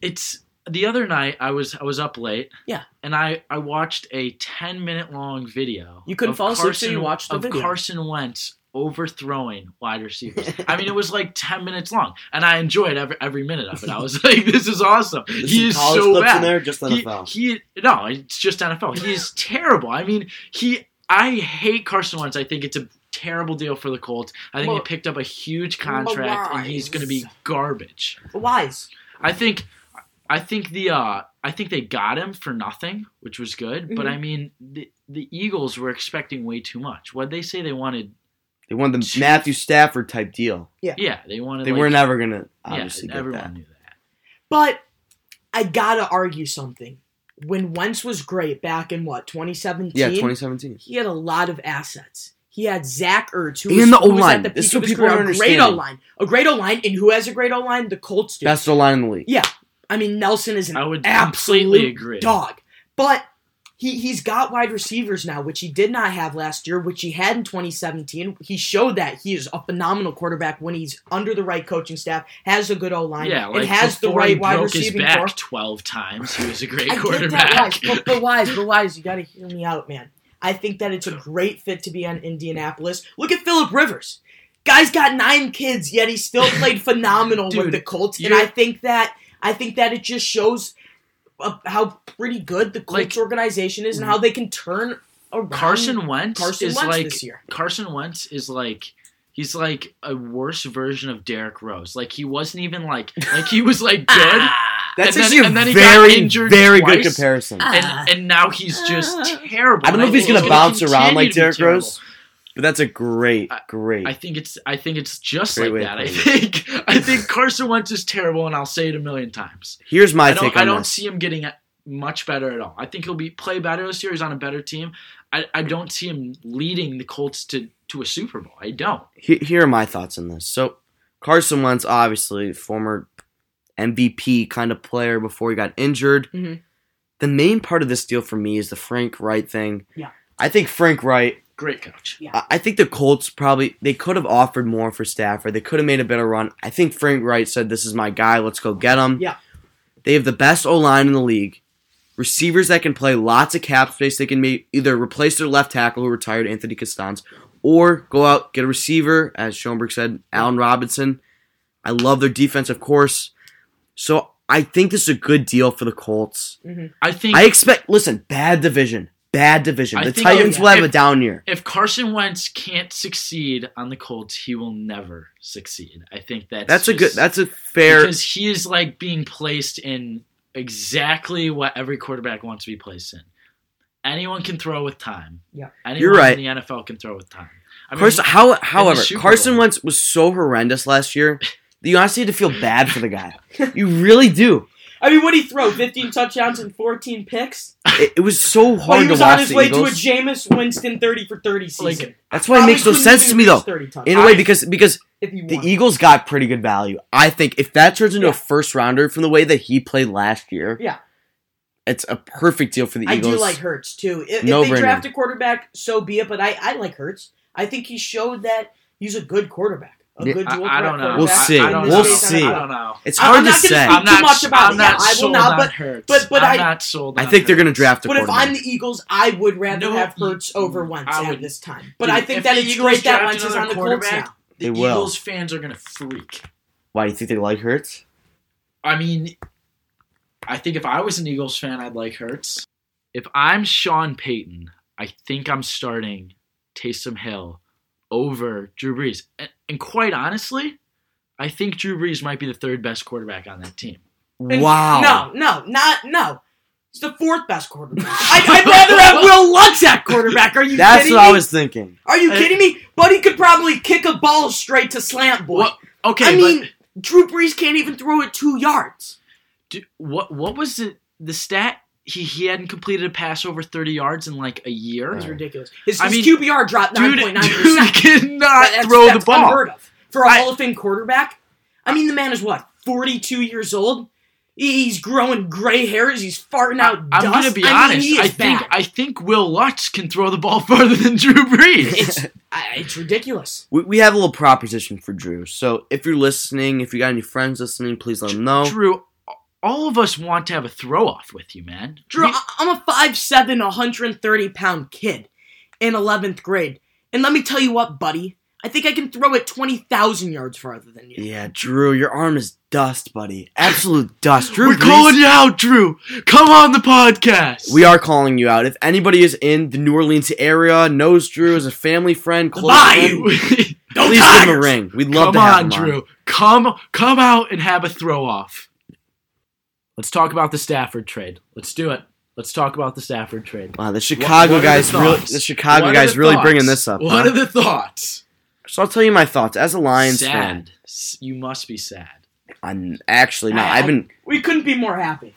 Speaker 3: It's the other night. I was I was up late.
Speaker 1: Yeah.
Speaker 3: and I I watched a ten minute long video.
Speaker 1: You couldn't
Speaker 3: of
Speaker 1: fall asleep, so you watched the
Speaker 3: of
Speaker 1: video.
Speaker 3: Carson Wentz overthrowing wide receivers. I mean, it was like ten minutes long, and I enjoyed every every minute of it. I was like, this is awesome.
Speaker 2: There's
Speaker 3: he
Speaker 2: some
Speaker 3: is
Speaker 2: college
Speaker 3: so
Speaker 2: clips
Speaker 3: bad.
Speaker 2: in there, just
Speaker 3: He-
Speaker 2: NFL.
Speaker 3: He, no, it's just NFL. He is terrible. I mean, he. I hate Carson Wentz. I think it's a terrible deal for the Colts. I think
Speaker 1: Well,
Speaker 3: they picked up a huge contract, and he's going to be garbage.
Speaker 1: Wise.
Speaker 3: I think, I think the, uh, I think they got him for nothing, which was good. But
Speaker 1: Mhm.
Speaker 2: Mm-hmm.
Speaker 3: I mean, the the Eagles were expecting way too much. What they say they wanted?
Speaker 2: they wanted the
Speaker 3: Jeez.
Speaker 2: Matthew Stafford type deal.
Speaker 3: Yeah, they wanted.
Speaker 2: They
Speaker 3: like,
Speaker 2: were never gonna
Speaker 3: Yeah,
Speaker 2: obviously get
Speaker 3: everyone
Speaker 2: that.
Speaker 3: knew that.
Speaker 1: But I gotta argue something. When Wentz was great back in what 2017,
Speaker 2: Yeah, 2017.
Speaker 1: he had a lot of assets. He had Zach Ertz, who
Speaker 2: And
Speaker 1: was,
Speaker 2: the
Speaker 1: who was
Speaker 2: O-line.
Speaker 1: at the
Speaker 2: This
Speaker 1: peak
Speaker 2: is what
Speaker 1: of his
Speaker 2: people
Speaker 1: career,
Speaker 2: aren't
Speaker 1: a great O
Speaker 2: understanding.
Speaker 1: line, a great O line, and who has a great O line? The Colts do.
Speaker 2: Best O line in the league.
Speaker 1: Yeah. I mean, Nelson is an
Speaker 3: I would completely
Speaker 1: absolutely
Speaker 3: agree.
Speaker 1: dog. But he, he's got wide receivers now, which he did not have last year, which he had in 2017. He showed that he is a phenomenal quarterback when he's under the right coaching staff, has a good O line,
Speaker 3: Yeah, like
Speaker 1: and has the
Speaker 3: before he
Speaker 1: right wide
Speaker 3: broke
Speaker 1: receiving
Speaker 3: his back
Speaker 1: core.
Speaker 3: twelve times. He was a great
Speaker 1: I get that
Speaker 3: quarterback.
Speaker 1: wise, but, but wise, but wise, you got to hear me out, man. I think that it's a great fit to be on Indianapolis. Look at Philip Rivers. Guy's got nine kids, yet he still played phenomenal with
Speaker 3: Dude,
Speaker 1: the Colts, and
Speaker 3: you're-
Speaker 1: I think that I think that it just shows uh, how pretty good the Colts
Speaker 3: Like-
Speaker 1: organization is and how they can turn around
Speaker 3: Carson Wentz
Speaker 1: Carson
Speaker 3: is
Speaker 1: Wentz
Speaker 3: like
Speaker 1: this year.
Speaker 3: Carson Wentz is like he's like a worse version of Derrick Rose. Like he wasn't even like like he was like good.
Speaker 2: That's
Speaker 3: And then-
Speaker 2: actually
Speaker 3: and then
Speaker 2: a
Speaker 3: he got
Speaker 2: very,
Speaker 3: injured
Speaker 2: very good
Speaker 3: twice. Ah,
Speaker 2: comparison. I
Speaker 3: and, and now he's just terrible.
Speaker 2: don't know if
Speaker 3: And
Speaker 2: he's gonna
Speaker 3: gonna
Speaker 2: bounce around
Speaker 3: continue
Speaker 2: like
Speaker 3: to be
Speaker 2: Derrick
Speaker 3: terrible.
Speaker 2: Rose, but that's a great,
Speaker 3: I-
Speaker 2: great.
Speaker 3: I think it's I think it's just
Speaker 2: Great
Speaker 3: like
Speaker 2: way
Speaker 3: that. I
Speaker 2: of
Speaker 3: think I think Carson Wentz is terrible, and I'll say it a million times.
Speaker 2: Here's my
Speaker 3: I don't
Speaker 2: take
Speaker 3: I
Speaker 2: on
Speaker 3: don't
Speaker 2: this.
Speaker 3: see him getting much better at all. I think he'll be play better this year. He's on a better team. I, I don't see him leading the Colts to to a Super Bowl. I don't.
Speaker 2: He- Here are my thoughts on this. So Carson Wentz, obviously former MVP kind of player before he got injured.
Speaker 1: Mhm.
Speaker 2: The main part of this deal for me is the Frank Wright thing.
Speaker 1: Yeah.
Speaker 2: I think Frank Wright
Speaker 3: Great coach.
Speaker 2: I I think the Colts probably they could have offered more for Stafford. They could have made a better run. I think Frank Wright said, "This is my guy. Let's go get him."
Speaker 1: Yeah.
Speaker 2: They have the best O line in the league, receivers that can play lots of cap space. They can make, either replace their left tackle who retired Anthony Costanz, or go out get a receiver, as Schoenberg said, Allen Robinson. I love their defense, of course. So I think this is a good deal for the Colts.
Speaker 3: I think
Speaker 2: I expect. Listen, bad division, bad division.
Speaker 3: I
Speaker 2: The
Speaker 3: think- oh,
Speaker 2: Titans
Speaker 3: yeah.
Speaker 2: will have a
Speaker 3: If-
Speaker 2: down year.
Speaker 3: if Carson Wentz can't succeed on the Colts, he will never succeed. I think that's
Speaker 2: That's a good.
Speaker 3: just-
Speaker 2: That's a fair.
Speaker 3: because he is like being placed in exactly what every quarterback wants to be placed in. Anyone can throw with time.
Speaker 1: Yeah.
Speaker 3: Anyone
Speaker 2: You're right.
Speaker 3: in the NFL can throw with time. I mean,
Speaker 2: Carson, how, however,
Speaker 3: Super
Speaker 2: Carson
Speaker 3: Bowl.
Speaker 2: Wentz was so horrendous last year. that You honestly had to feel bad for the guy. You really do.
Speaker 1: I mean, what would he throw? 15 touchdowns and 14 picks?
Speaker 2: It, it was so
Speaker 1: Well,
Speaker 2: hard
Speaker 1: he was
Speaker 2: to
Speaker 1: on
Speaker 2: watch
Speaker 1: his
Speaker 2: the
Speaker 1: way
Speaker 2: Eagles.
Speaker 1: to a Jameis Winston 30 for 30
Speaker 3: Like,
Speaker 1: season.
Speaker 2: That's why it makes no sense to me, though. In a way, because because
Speaker 1: if you
Speaker 2: the E-
Speaker 1: want.
Speaker 2: Eagles got pretty good value. I think if that turns into
Speaker 1: Yeah.
Speaker 2: a first rounder from the way that he played last year,
Speaker 1: Yeah.
Speaker 2: it's a perfect deal for the
Speaker 1: I
Speaker 2: Eagles.
Speaker 1: do like Hurts too. If, if
Speaker 2: No-brainer.
Speaker 1: they draft a quarterback, so be it. But I, I like Hurts. I think he showed that he's a good quarterback. A
Speaker 2: Yeah,
Speaker 1: good
Speaker 3: I,
Speaker 1: dual
Speaker 3: I
Speaker 1: threat
Speaker 3: don't know.
Speaker 1: quarterback.
Speaker 2: We'll
Speaker 3: I-
Speaker 2: see.
Speaker 3: I don't
Speaker 2: We'll
Speaker 3: know.
Speaker 2: see.
Speaker 3: I don't know.
Speaker 2: it's
Speaker 1: I'm
Speaker 2: hard to
Speaker 1: not gonna
Speaker 2: say.
Speaker 1: speak
Speaker 3: I'm not
Speaker 1: much about
Speaker 3: I'm
Speaker 1: it.
Speaker 3: not
Speaker 1: I will
Speaker 3: sold
Speaker 1: not,
Speaker 3: on
Speaker 1: but-
Speaker 3: Hurts.
Speaker 1: but- but
Speaker 3: I'm
Speaker 1: I-
Speaker 3: not sold.
Speaker 2: I
Speaker 3: on
Speaker 2: think they're going to
Speaker 3: Hurts.
Speaker 2: draft a
Speaker 1: But if
Speaker 2: quarterback.
Speaker 1: I'm the Eagles, I would rather
Speaker 3: No,
Speaker 1: have Hurts over Wentz
Speaker 3: I
Speaker 1: at
Speaker 3: would-
Speaker 1: this time. But
Speaker 3: Dude,
Speaker 1: I think
Speaker 3: if
Speaker 1: that
Speaker 3: the
Speaker 1: it's
Speaker 3: Eagles
Speaker 1: great that
Speaker 3: draft
Speaker 1: Wentz is
Speaker 3: another
Speaker 1: on the Colts
Speaker 3: quarterback,
Speaker 1: now.
Speaker 3: The
Speaker 2: They will.
Speaker 3: Eagles fans are going to freak.
Speaker 2: Why do you think they like Hurts?
Speaker 3: I mean, I think if I was an Eagles fan, I'd like Hurts. If I'm Sean Payton, I think I'm starting Taysom Hill over Drew Brees. And, and quite honestly, I think Drew Brees might be the third best quarterback on that team.
Speaker 1: And
Speaker 2: wow.
Speaker 1: No, no, not no. It's the fourth best quarterback. I, I'd rather have Will Lutz at quarterback. Are you
Speaker 2: That's
Speaker 1: kidding
Speaker 2: what I
Speaker 1: me?
Speaker 2: was thinking.
Speaker 1: Are you
Speaker 3: I-
Speaker 1: kidding me? Buddy could probably kick a ball straight to slant boy.
Speaker 3: What? Okay,
Speaker 1: I
Speaker 3: but
Speaker 1: mean, Drew Brees can't even throw it two yards.
Speaker 3: do- what what was the the stat? He he hadn't completed a pass over 30 yards in like a year.
Speaker 1: It's ridiculous. His,
Speaker 3: I
Speaker 1: his
Speaker 3: mean,
Speaker 1: QBR dropped nine
Speaker 3: Dude,
Speaker 1: point
Speaker 3: dude
Speaker 1: nine percent.
Speaker 3: cannot throw the ball.
Speaker 1: Unheard of for a
Speaker 3: I-
Speaker 1: Hall of Fame quarterback. I mean, the man is what forty two years old. He's growing gray hairs. He's farting out
Speaker 3: I'm
Speaker 1: dust.
Speaker 3: gonna be
Speaker 1: I mean,
Speaker 3: honest.
Speaker 1: he is
Speaker 3: I think
Speaker 1: bad.
Speaker 3: I think Will Lutz can throw the ball farther than Drew Brees.
Speaker 1: it's I, it's ridiculous.
Speaker 2: We, we have a little proposition for Drew. So if you're listening, if you got any friends listening, please let them know.
Speaker 3: Drew, all of us want to have a throw off with you, man.
Speaker 1: Drew,
Speaker 3: We-
Speaker 1: I- I'm a 5'7", 130 pound kid in 11th grade. And let me tell you what, buddy. I think I can throw it 20,000 yards farther than you.
Speaker 2: Yeah, Drew, your arm is dust, buddy. Absolute dust. Drew
Speaker 3: we're
Speaker 2: Brees-
Speaker 3: calling you out, Drew. Come on the podcast.
Speaker 2: We are calling you out. If anybody is in the New Orleans area, knows Drew is a family friend, close
Speaker 1: Bye,
Speaker 2: friend,
Speaker 1: you.
Speaker 3: Don't
Speaker 2: please
Speaker 3: die.
Speaker 2: give him a ring. We'd love
Speaker 3: Come
Speaker 2: to have
Speaker 3: on,
Speaker 2: him on.
Speaker 3: Drew. Come come out and have a throw off. Let's talk about the Stafford trade. Let's do it. Let's talk about the Stafford trade.
Speaker 2: Wow, the Chicago
Speaker 3: what are the
Speaker 2: guys really,
Speaker 3: thoughts?
Speaker 2: the Chicago
Speaker 3: What are
Speaker 2: guys
Speaker 3: the
Speaker 2: really
Speaker 3: thoughts?
Speaker 2: bringing this up.
Speaker 3: What
Speaker 2: huh?
Speaker 3: are the thoughts?
Speaker 2: so I'll tell you my thoughts as a Lions
Speaker 3: sad.
Speaker 2: fan.
Speaker 3: S- You must be sad.
Speaker 2: I'm actually not.
Speaker 1: I-
Speaker 2: I've been.
Speaker 1: We couldn't be more happy.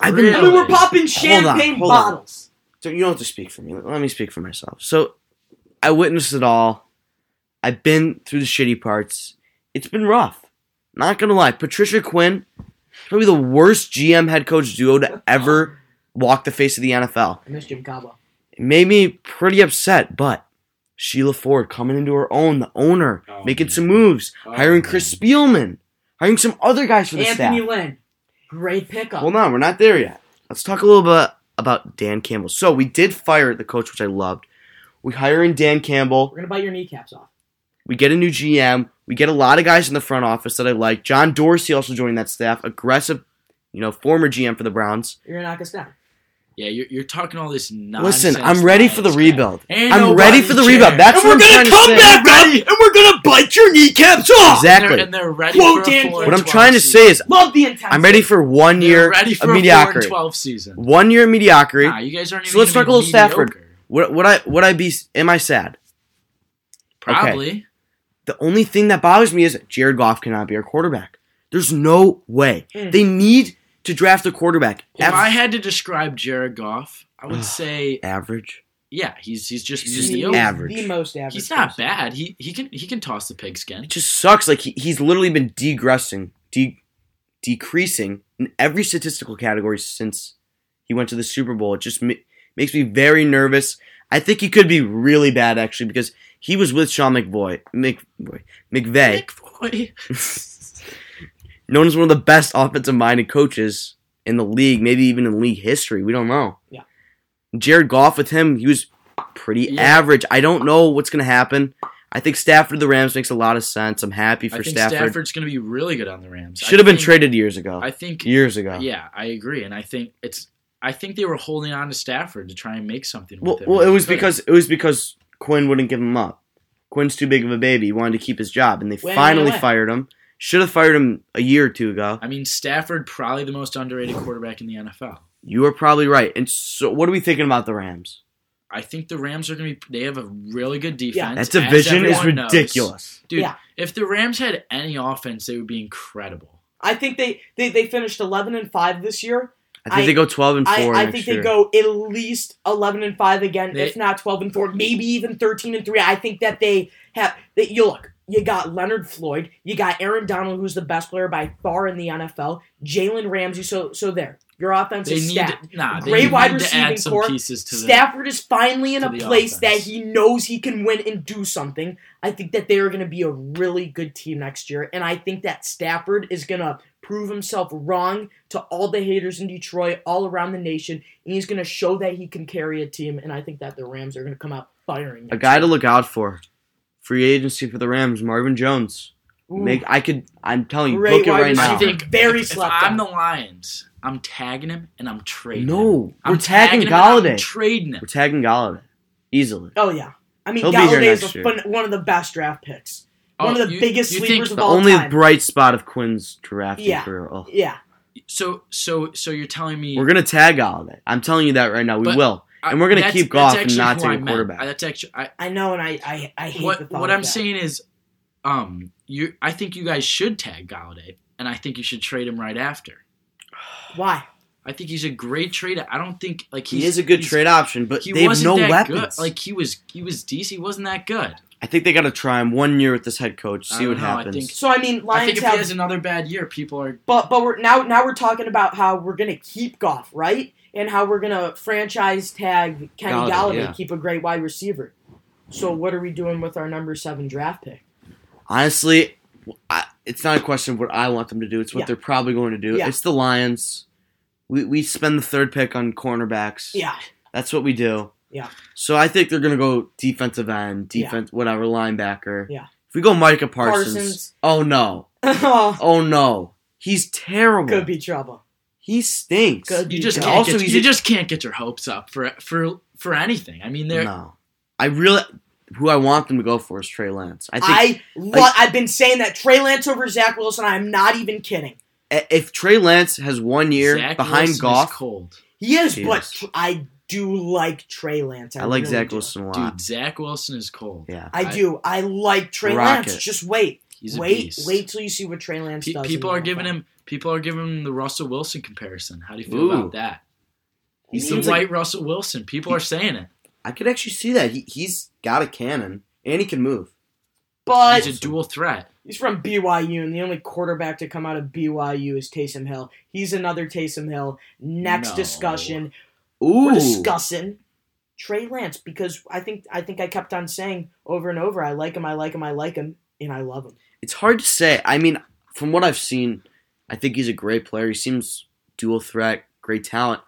Speaker 2: I've
Speaker 3: Really?
Speaker 2: been.
Speaker 1: I mean, we're
Speaker 3: Really?
Speaker 1: popping
Speaker 2: Hold on,
Speaker 1: champagne
Speaker 2: hold on.
Speaker 1: bottles.
Speaker 2: So you don't have to speak for me. Let me speak for myself. So I witnessed it all. I've been through the shitty parts. It's been rough. Not gonna lie. Patricia Quinn, probably the worst GM head coach duo to ever walk the face of the NFL.
Speaker 1: I miss Jim Cabo.
Speaker 2: It made me pretty upset, but Sheila Ford coming into her own, the owner,
Speaker 3: Oh,
Speaker 2: making
Speaker 3: man.
Speaker 2: some moves,
Speaker 3: Oh,
Speaker 2: hiring Chris Spielman, hiring some other guys for the
Speaker 1: Anthony
Speaker 2: staff.
Speaker 1: Lynn. Great pickup.
Speaker 2: Hold on, we're not there yet. Let's talk a little bit about Dan Campbell. So we did fire the coach, which I loved. We hire in Dan Campbell.
Speaker 1: We're going to bite your kneecaps off.
Speaker 2: We get a new GM. We get a lot of guys in the front office that I like. John Dorsey also joined that staff. Aggressive, you know, former GM for the Browns.
Speaker 1: You're going to knock us down.
Speaker 3: Yeah, you're, you're talking all this nonsense.
Speaker 2: Listen, I'm ready for the
Speaker 3: Lions fan.
Speaker 2: rebuild.
Speaker 3: Ain't
Speaker 2: I'm ready
Speaker 3: nobody
Speaker 2: for the
Speaker 3: cares.
Speaker 2: rebuild. That's what I'm trying to say.
Speaker 3: ready.
Speaker 1: and we're going to bite your kneecaps off.
Speaker 3: And
Speaker 2: Exactly.
Speaker 3: they're, and they're ready
Speaker 1: Quote
Speaker 3: for a
Speaker 1: Dan
Speaker 3: four
Speaker 1: Campbell.
Speaker 2: What
Speaker 3: and
Speaker 2: I'm trying to
Speaker 3: 12
Speaker 2: say is,
Speaker 1: Love the intensity.
Speaker 2: I'm ready for one
Speaker 3: season.
Speaker 2: year
Speaker 3: They're ready for
Speaker 2: of
Speaker 3: a
Speaker 2: mediocrity.
Speaker 3: 12 season.
Speaker 2: One year of mediocrity.
Speaker 3: Nah, you guys aren't
Speaker 2: So
Speaker 3: even
Speaker 2: let's
Speaker 3: gonna
Speaker 2: talk a little
Speaker 3: be
Speaker 2: Stafford.
Speaker 3: mediocre.
Speaker 2: What would I would I be? Am I sad?
Speaker 3: Probably.
Speaker 2: The only thing that bothers me is Jared Goff cannot be our quarterback. There's no way.
Speaker 1: Mm.
Speaker 2: They need to draft a quarterback.
Speaker 3: Hmm. If
Speaker 2: Av-
Speaker 3: I had to describe Jared Goff, I would say,
Speaker 2: average.
Speaker 3: yeah, he's he's just
Speaker 2: He's
Speaker 1: He's
Speaker 2: just
Speaker 3: mediocre.
Speaker 2: average.
Speaker 1: The most average.
Speaker 3: He's not
Speaker 1: person.
Speaker 3: bad. He he can he can toss the pigskin.
Speaker 2: It just sucks. Like he, he's literally been degressing, de- decreasing in every statistical category since he went to the Super Bowl. It just ma- makes me very nervous. I think he could be really bad actually because he was with Sean McVoy, Mc, McVoy, McVay,
Speaker 3: McVoy.
Speaker 2: known as one of the best offensive minded coaches in the league, maybe even in league history. We don't know.
Speaker 1: Yeah.
Speaker 2: Jared Goff with him, he was pretty
Speaker 3: Yeah.
Speaker 2: average. I don't know what's going to happen. I think Stafford to the Rams makes a lot of sense. I'm happy
Speaker 3: I
Speaker 2: for
Speaker 3: think
Speaker 2: Stafford.
Speaker 3: Stafford's going to be really good on the Rams. I
Speaker 2: Should have been
Speaker 3: think-
Speaker 2: traded years ago.
Speaker 3: I think
Speaker 2: years ago.
Speaker 3: Yeah, I agree, and I think it's. I think they were holding on to Stafford to try and make something.
Speaker 2: Well,
Speaker 3: with him.
Speaker 2: well, it
Speaker 3: They
Speaker 2: was
Speaker 3: couldn't.
Speaker 2: because it was because Quinn wouldn't give him up. Quinn's too big of a baby. He wanted to keep his job, and they
Speaker 1: Wait,
Speaker 2: finally
Speaker 1: wait, wait.
Speaker 2: fired him. Should have fired him a year or two ago.
Speaker 3: I mean Stafford probably the most underrated quarterback in the NFL.
Speaker 2: You are probably right. And so, what are we thinking about the Rams?
Speaker 3: I think the Rams are going to be. They have a really good
Speaker 1: Yeah.
Speaker 3: defense.
Speaker 2: That division
Speaker 3: as
Speaker 2: is
Speaker 3: everyone knows.
Speaker 2: ridiculous.
Speaker 3: dude.
Speaker 1: Yeah.
Speaker 3: If the Rams had any offense, they would be incredible.
Speaker 1: I think they, they, they finished 11 and 5 this year.
Speaker 2: I think
Speaker 1: I-
Speaker 2: they go twelve and
Speaker 1: I,
Speaker 2: four.
Speaker 1: I
Speaker 2: next
Speaker 1: think
Speaker 2: year.
Speaker 1: they go at least 11 and 5 again,
Speaker 3: They-
Speaker 1: if not 12 and 4, maybe even 13 and 3. I think that they have that you look, you got Leonard Floyd, you got Aaron Donald who's the best player by far in the NFL, Jalen Ramsey so so there. Your offense
Speaker 3: They
Speaker 1: is
Speaker 3: need
Speaker 1: stacked.
Speaker 3: nah. They
Speaker 1: Great
Speaker 3: need
Speaker 1: wide
Speaker 3: to add
Speaker 1: receiving
Speaker 3: some
Speaker 1: core.
Speaker 3: pieces to the
Speaker 1: Stafford is finally in
Speaker 3: to
Speaker 1: a
Speaker 3: the
Speaker 1: place that
Speaker 3: offense.
Speaker 1: he knows he can win and do something. I think that they are going to be a really good team next year, and I think that Stafford is going to prove himself wrong to all the haters in Detroit, all around the nation, and he's going to show that he can carry a team. And I think that the Rams are going to come out firing.
Speaker 2: a
Speaker 1: next
Speaker 2: guy to look out for. Free agency for the Rams, Marvin Jones.
Speaker 1: year. Ooh,
Speaker 2: Make I could. I'm telling you,
Speaker 1: Great
Speaker 2: book it
Speaker 1: wide
Speaker 2: right
Speaker 3: I
Speaker 2: now.
Speaker 1: receiver.
Speaker 3: think
Speaker 1: Very
Speaker 3: if, if
Speaker 1: slept
Speaker 3: I'm
Speaker 1: on.
Speaker 3: the Lions, I'm tagging him and I'm trading. him.
Speaker 2: No,
Speaker 3: I'm
Speaker 2: we're tagging
Speaker 3: him and I'm
Speaker 2: Galladay.
Speaker 3: trading him.
Speaker 2: We're tagging Galladay easily.
Speaker 1: oh yeah, I mean
Speaker 2: He'll be here
Speaker 1: Galladay is
Speaker 2: next
Speaker 1: a
Speaker 2: year.
Speaker 1: fun, one of the best draft picks.
Speaker 3: Oh,
Speaker 1: One of the
Speaker 3: you-
Speaker 1: biggest
Speaker 3: you think
Speaker 1: sleepers of
Speaker 2: The
Speaker 1: all
Speaker 2: only
Speaker 1: time.
Speaker 2: bright spot of Quinn's drafting
Speaker 1: Yeah.
Speaker 2: career. Oh.
Speaker 1: yeah,
Speaker 3: So so so you're telling me
Speaker 2: We're gonna tag Galladay. I'm telling you that right now. We
Speaker 3: But-
Speaker 2: will.
Speaker 3: I-
Speaker 2: and we're gonna
Speaker 3: that's-
Speaker 2: keep
Speaker 3: that's
Speaker 2: Goff and
Speaker 3: actually
Speaker 2: not
Speaker 3: who
Speaker 2: take
Speaker 3: I
Speaker 2: a
Speaker 3: meant.
Speaker 2: quarterback.
Speaker 3: I- That's actually I,
Speaker 1: I know, and I I, I hate the
Speaker 3: what
Speaker 1: thought
Speaker 3: what
Speaker 1: of
Speaker 3: I'm
Speaker 1: that.
Speaker 3: saying is, um, you I think you guys should tag Galladay, and I think you should trade him right after.
Speaker 1: Why?
Speaker 3: I think he's a great trade. I don't think like
Speaker 2: he
Speaker 3: he's-
Speaker 2: is a good
Speaker 3: he's-
Speaker 2: trade option, but
Speaker 3: He
Speaker 2: they have no
Speaker 3: wasn't that
Speaker 2: weapons.
Speaker 3: Good. Like he was he was decent. He wasn't that good.
Speaker 2: I think they gotta try him one year with this head coach,
Speaker 3: I
Speaker 2: see
Speaker 3: don't
Speaker 2: what
Speaker 3: know, I
Speaker 2: happens.
Speaker 3: think-
Speaker 1: So I mean, Lions
Speaker 3: I think if
Speaker 1: have
Speaker 3: he has another bad year, people are
Speaker 1: But but we're now now we're talking about how we're gonna keep Goff, right? And how we're gonna franchise tag Kenny
Speaker 2: Galladay,
Speaker 1: Galladay,
Speaker 2: yeah.
Speaker 1: keep a great wide receiver. So what are we doing with our number seven draft pick?
Speaker 2: Honestly, I, it's not a question of what I want them to do. It's what
Speaker 1: Yeah.
Speaker 2: they're probably going to do.
Speaker 1: Yeah.
Speaker 2: It's the Lions. We, we spend the third pick on cornerbacks.
Speaker 1: Yeah,
Speaker 2: That's what we do.
Speaker 1: Yeah.
Speaker 2: So I think they're going to go defensive end,
Speaker 1: Yeah.
Speaker 2: defense, whatever, linebacker.
Speaker 1: Yeah.
Speaker 2: If we go Micah Parsons,
Speaker 1: Parsons.
Speaker 2: oh no. Oh no. He's terrible.
Speaker 1: could be trouble.
Speaker 2: He stinks.
Speaker 1: Could be
Speaker 3: you just
Speaker 1: trouble.
Speaker 3: can't
Speaker 2: Also,
Speaker 3: get,
Speaker 2: he's
Speaker 3: you
Speaker 2: a-
Speaker 3: just can't get your hopes up for for for anything. I mean, they're
Speaker 2: No. I really who I want them to go for is Trey Lance. I think
Speaker 1: I, lo- I've been saying that Trey Lance over Zach Wilson. I'm not even kidding.
Speaker 2: i- if Trey Lance has one year
Speaker 3: Zach
Speaker 2: behind
Speaker 3: Wilson is
Speaker 2: Goff,
Speaker 3: cold.
Speaker 1: He is,
Speaker 2: He
Speaker 1: but
Speaker 2: is.
Speaker 1: tr- I do like Trey Lance. I,
Speaker 2: I like
Speaker 1: really
Speaker 2: Zach
Speaker 1: do.
Speaker 2: Wilson a lot.
Speaker 3: Dude, Zach Wilson is cold.
Speaker 2: Yeah.
Speaker 1: I do. I like Trey
Speaker 2: Rocket.
Speaker 1: Lance. Just wait,
Speaker 3: He's a
Speaker 1: wait,
Speaker 3: beast.
Speaker 1: wait till you see what Trey Lance
Speaker 3: Pe-
Speaker 1: does. in
Speaker 3: people
Speaker 1: the
Speaker 3: are giving
Speaker 1: NFL.
Speaker 3: him people are giving him the Russell Wilson comparison. How do you feel
Speaker 2: Ooh.
Speaker 3: about that? He's the
Speaker 2: Seems
Speaker 3: white Russell Wilson. People are saying it.
Speaker 2: I could actually see that. He he's got a cannon and he can move.
Speaker 1: but
Speaker 3: He's a dual threat.
Speaker 1: He's from BYU, and the only quarterback to come out of BYU is Taysom Hill. He's another Taysom Hill. Next
Speaker 3: No.
Speaker 1: discussion,
Speaker 2: Ooh.
Speaker 1: we're discussing Trey Lance because I think I think I kept on saying over and over, I like him, I like him, I like him, and I love him.
Speaker 2: It's hard to say. I mean, from what I've seen, I think he's a great player. He seems dual threat, great talent.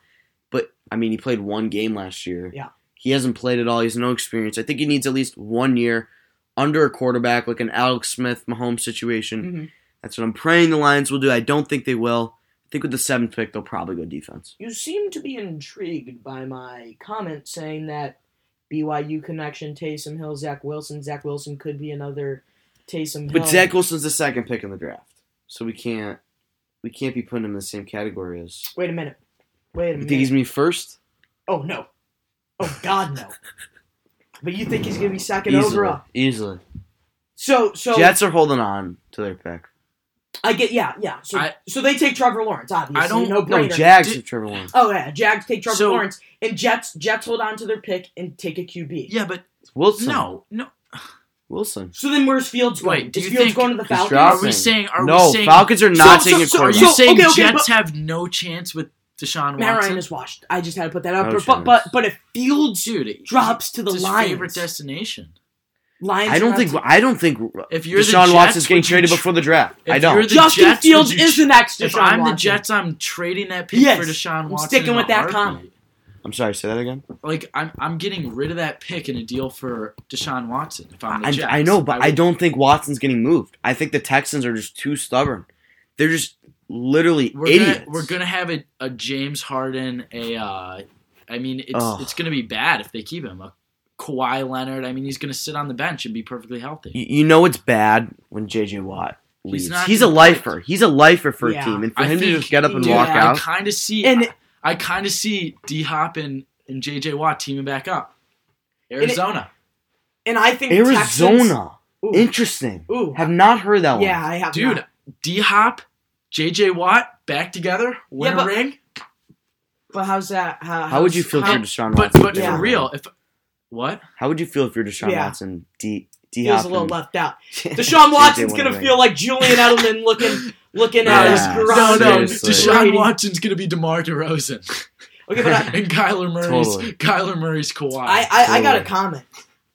Speaker 2: But I mean, he played one game last year.
Speaker 1: Yeah.
Speaker 2: He hasn't played at all. He's no experience. I think he needs at least one year under a quarterback, like an Alex Smith Mahomes situation.
Speaker 1: Mhm.
Speaker 2: That's what I'm praying the Lions will do. I don't think they will. I think with the seventh pick, they'll probably go defense.
Speaker 1: You seem to be intrigued by my comment saying that BYU connection, Taysom Hill, Zach Wilson. Zach Wilson could be another Taysom Hill.
Speaker 2: But Zach Wilson's the second pick in the draft, so we can't we can't be putting him in the same category as.
Speaker 1: Wait a minute. Wait a
Speaker 2: You
Speaker 1: minute.
Speaker 2: think he's me first?
Speaker 1: Oh no. Oh God no. But you think he's gonna be second
Speaker 2: Easily,
Speaker 1: overall?
Speaker 2: easily.
Speaker 1: So so
Speaker 2: Jets are holding on to their pick.
Speaker 1: I get yeah yeah. So
Speaker 3: I-
Speaker 1: so they take Trevor Lawrence obviously.
Speaker 3: I don't-
Speaker 1: no
Speaker 2: No,
Speaker 1: brainer.
Speaker 2: Jags
Speaker 3: Did-
Speaker 2: have Trevor Lawrence.
Speaker 1: oh yeah, Jags take Trevor
Speaker 3: So-
Speaker 1: Lawrence and Jets Jets hold on to their pick and take a QB.
Speaker 3: Yeah, but
Speaker 2: Wilson.
Speaker 3: no, no.
Speaker 2: Wilson.
Speaker 1: So then where's Fields going?
Speaker 3: Wait, do
Speaker 1: Is
Speaker 3: you
Speaker 1: Fields
Speaker 3: think
Speaker 1: going to the
Speaker 2: he's
Speaker 1: Falcons?
Speaker 2: dropped?
Speaker 3: Are we
Speaker 2: Nothing.
Speaker 3: saying? Are
Speaker 2: no,
Speaker 3: we saying?
Speaker 2: Falcons are not
Speaker 1: So-
Speaker 2: taking
Speaker 1: so- so
Speaker 2: a
Speaker 3: are
Speaker 2: quarterback.
Speaker 3: you
Speaker 1: So,
Speaker 3: saying
Speaker 1: okay, okay,
Speaker 3: Jets
Speaker 1: but-
Speaker 3: have no chance with Deshaun
Speaker 1: Matt
Speaker 3: Watson?
Speaker 1: Ryan is washed. I just had to put that up.
Speaker 2: No
Speaker 1: there.
Speaker 2: chance.
Speaker 1: but but but if Fields
Speaker 3: Dude, it-
Speaker 1: drops to the
Speaker 3: it's his favorite
Speaker 1: Lions,
Speaker 3: destination.
Speaker 1: Lions.
Speaker 2: I don't
Speaker 1: are
Speaker 2: think
Speaker 1: not-
Speaker 2: I don't think
Speaker 3: If you're the
Speaker 2: Deshaun
Speaker 3: Jets,
Speaker 2: Watson's getting
Speaker 3: would you
Speaker 2: traded
Speaker 3: tr-
Speaker 2: before the draft.
Speaker 3: if
Speaker 2: I don't.
Speaker 3: you're the
Speaker 1: Justin
Speaker 3: Jets, would
Speaker 1: Fields
Speaker 3: you
Speaker 1: is the next.
Speaker 3: If
Speaker 1: Deshaun
Speaker 3: I'm the
Speaker 1: Watson.
Speaker 3: Jets, I'm trading that pick
Speaker 1: Yes,
Speaker 3: for Deshaun
Speaker 1: I'm
Speaker 3: Watson.
Speaker 1: sticking
Speaker 3: in a
Speaker 1: with that
Speaker 3: heartbeat.
Speaker 1: comment.
Speaker 2: I'm sorry, say that again.
Speaker 3: Like I'm, I'm getting rid of that pick in a deal for Deshaun Watson. If I'm the
Speaker 2: I,
Speaker 3: Jets,
Speaker 2: I know, but I,
Speaker 3: would-
Speaker 2: don't think Watson's getting moved. I think the Texans are just too stubborn. They're just literally
Speaker 3: We're
Speaker 2: idiots.
Speaker 3: gonna, we're gonna have a, a James Harden. A uh, I mean, it's
Speaker 2: Ugh.
Speaker 3: it's gonna be bad if they keep him. A Kawhi Leonard. I mean, he's gonna sit on the bench and be perfectly healthy.
Speaker 2: you, you know it's bad when JJ Watt leaves. He's,
Speaker 3: not
Speaker 2: a
Speaker 3: gonna-
Speaker 2: lifer. He's a lifer for
Speaker 1: Yeah.
Speaker 2: a team, and for
Speaker 3: I
Speaker 2: him to
Speaker 3: think-
Speaker 2: just get up and
Speaker 1: dude,
Speaker 2: walk
Speaker 3: I
Speaker 2: out.
Speaker 3: kind of see.
Speaker 1: And-
Speaker 3: I, kind of see D Hop and, and JJ Watt teaming back up. Arizona.
Speaker 1: And I think
Speaker 2: Arizona,
Speaker 1: Texans,
Speaker 2: interesting.
Speaker 1: ooh, ooh,
Speaker 2: Have not heard that one.
Speaker 1: yeah, I have
Speaker 3: Dude,
Speaker 1: not.
Speaker 3: D Hop, JJ Watt back together, win
Speaker 1: Yeah,
Speaker 3: a
Speaker 1: but-
Speaker 3: ring.
Speaker 1: But how's that? How,
Speaker 2: How would you feel
Speaker 1: how-
Speaker 2: if you're Deshaun
Speaker 3: But
Speaker 2: Watson?
Speaker 3: but
Speaker 1: Yeah.
Speaker 3: for real, if what?
Speaker 2: How would you feel if you're Deshaun
Speaker 1: Yeah.
Speaker 2: Watson? D D
Speaker 1: Feels
Speaker 2: Hop.
Speaker 1: a little left out.
Speaker 2: and-
Speaker 1: Deshaun
Speaker 2: JJ
Speaker 1: Watson's
Speaker 2: won a
Speaker 1: gonna
Speaker 2: ring.
Speaker 1: feel like Julian Edelman looking looking at his
Speaker 2: Yeah.
Speaker 1: garage.
Speaker 3: No, no,
Speaker 2: Seriously.
Speaker 3: Deshaun Watson's gonna be DeMar DeRozan,
Speaker 1: Okay, but I,
Speaker 3: and Kyler Murray's
Speaker 2: Totally.
Speaker 3: Kyler Murray's Kawhi.
Speaker 1: I, I, I got a
Speaker 2: Totally.
Speaker 1: comment.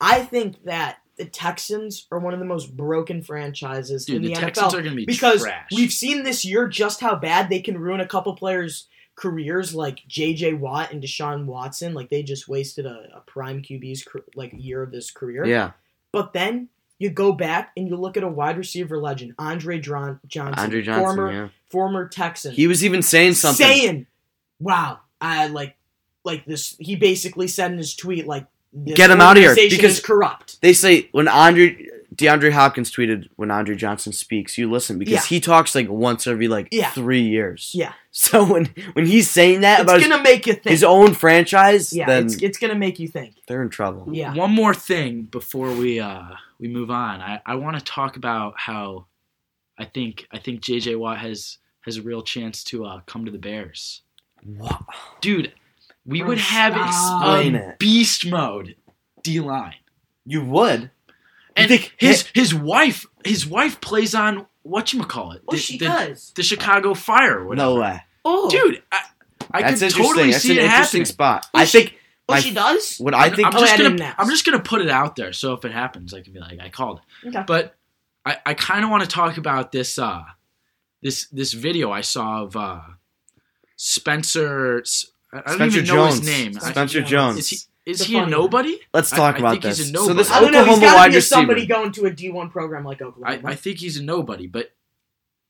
Speaker 1: I think that the Texans are one of the most broken franchises
Speaker 3: Dude,
Speaker 1: in
Speaker 3: the,
Speaker 1: the,
Speaker 3: Texans
Speaker 1: NFL
Speaker 3: are gonna be
Speaker 1: because
Speaker 3: trash.
Speaker 1: we've seen this year just how bad they can ruin a couple players' careers, like J.J. Watt and Deshaun Watson. Like they just wasted a, a prime QB's car- like year of this career.
Speaker 2: Yeah,
Speaker 1: But then you go back and you look at a wide receiver legend, Andre Dron- Johnson,
Speaker 2: Andre Johnson.
Speaker 1: former
Speaker 2: yeah,
Speaker 1: former Texan,
Speaker 2: he was even saying something.
Speaker 1: saying, "Wow, I like like this." He basically said in his tweet, "Like this
Speaker 2: Get him outta here,
Speaker 1: organization
Speaker 2: because-
Speaker 1: is corrupt."
Speaker 2: They say when Andre DeAndre Hopkins tweeted when Andre Johnson speaks, you listen because
Speaker 1: Yeah.
Speaker 2: he talks like once every like
Speaker 1: Yeah.
Speaker 2: three years.
Speaker 1: Yeah.
Speaker 2: So when when he's saying that
Speaker 1: It's
Speaker 2: about his,
Speaker 1: gonna make you think.
Speaker 2: his own franchise,
Speaker 1: yeah,
Speaker 2: then
Speaker 1: it's it's gonna make you think.
Speaker 2: they're in trouble.
Speaker 1: Yeah.
Speaker 3: One more thing before we uh we move on. I, I want to talk about how I think I think JJ Watt has has a real chance to uh come to the Bears.
Speaker 2: Wow.
Speaker 3: Dude, we
Speaker 1: Bro,
Speaker 3: would have
Speaker 1: stop.
Speaker 2: Explain
Speaker 3: a
Speaker 2: it.
Speaker 3: beast mode D line.
Speaker 2: You would.
Speaker 3: And
Speaker 2: think-
Speaker 3: his his wife his wife plays on what you call it?
Speaker 1: Oh, she
Speaker 3: the,
Speaker 1: does.
Speaker 3: the Chicago Fire. Or whatever.
Speaker 2: No way.
Speaker 1: Oh,
Speaker 3: dude, I, I
Speaker 2: That's
Speaker 3: can
Speaker 2: interesting.
Speaker 3: totally
Speaker 2: That's
Speaker 3: see
Speaker 2: an
Speaker 3: it
Speaker 2: interesting
Speaker 3: happening.
Speaker 2: spot.
Speaker 1: Oh,
Speaker 2: I
Speaker 1: she-
Speaker 2: think
Speaker 1: Oh,
Speaker 2: my-
Speaker 1: she does.
Speaker 2: what I think
Speaker 3: I'm
Speaker 1: Oh,
Speaker 3: just
Speaker 1: I didn't
Speaker 3: gonna
Speaker 1: ask.
Speaker 3: I'm just gonna put it out there. So if it happens, I can be like I called it.
Speaker 1: Okay.
Speaker 3: But I, I kind of want to talk about this uh this this video I saw of uh Spencer. S- I I don't
Speaker 2: Spencer
Speaker 3: even know
Speaker 2: Jones.
Speaker 3: his name. I-
Speaker 2: Spencer
Speaker 1: Is
Speaker 2: Jones.
Speaker 3: is he is
Speaker 1: The
Speaker 3: he a
Speaker 1: funny
Speaker 3: nobody?
Speaker 2: Let's
Speaker 3: I-
Speaker 2: talk
Speaker 3: I
Speaker 2: about
Speaker 3: think he's
Speaker 2: this.
Speaker 3: a
Speaker 2: So this
Speaker 1: I don't know. He's
Speaker 2: Oklahoma
Speaker 1: got to
Speaker 2: wide
Speaker 1: be a
Speaker 2: receiver.
Speaker 1: somebody going to a D one program like
Speaker 3: I,
Speaker 1: Oklahoma.
Speaker 3: I think he's a nobody, but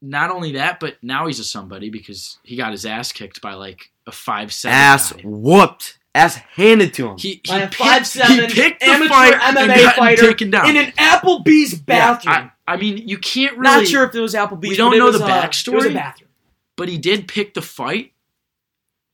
Speaker 3: not only that, but now he's a somebody because he got his ass kicked by like a five seven
Speaker 2: ass
Speaker 3: guy.
Speaker 2: whooped, ass handed to him.
Speaker 3: He, he,
Speaker 1: By a
Speaker 3: picked,
Speaker 1: 5'7"
Speaker 3: he picked the
Speaker 1: amateur
Speaker 3: fight and
Speaker 1: MMA
Speaker 3: got
Speaker 1: fighter
Speaker 3: taken down.
Speaker 1: in an Applebee's
Speaker 3: Yeah,
Speaker 1: bathroom.
Speaker 3: I, I mean, you can't really.
Speaker 1: Not sure if it was Applebee's.
Speaker 3: We don't
Speaker 1: but it
Speaker 3: know
Speaker 1: was
Speaker 3: the
Speaker 1: a- It was a
Speaker 3: backstory.
Speaker 1: bathroom.
Speaker 3: but he did pick the fight,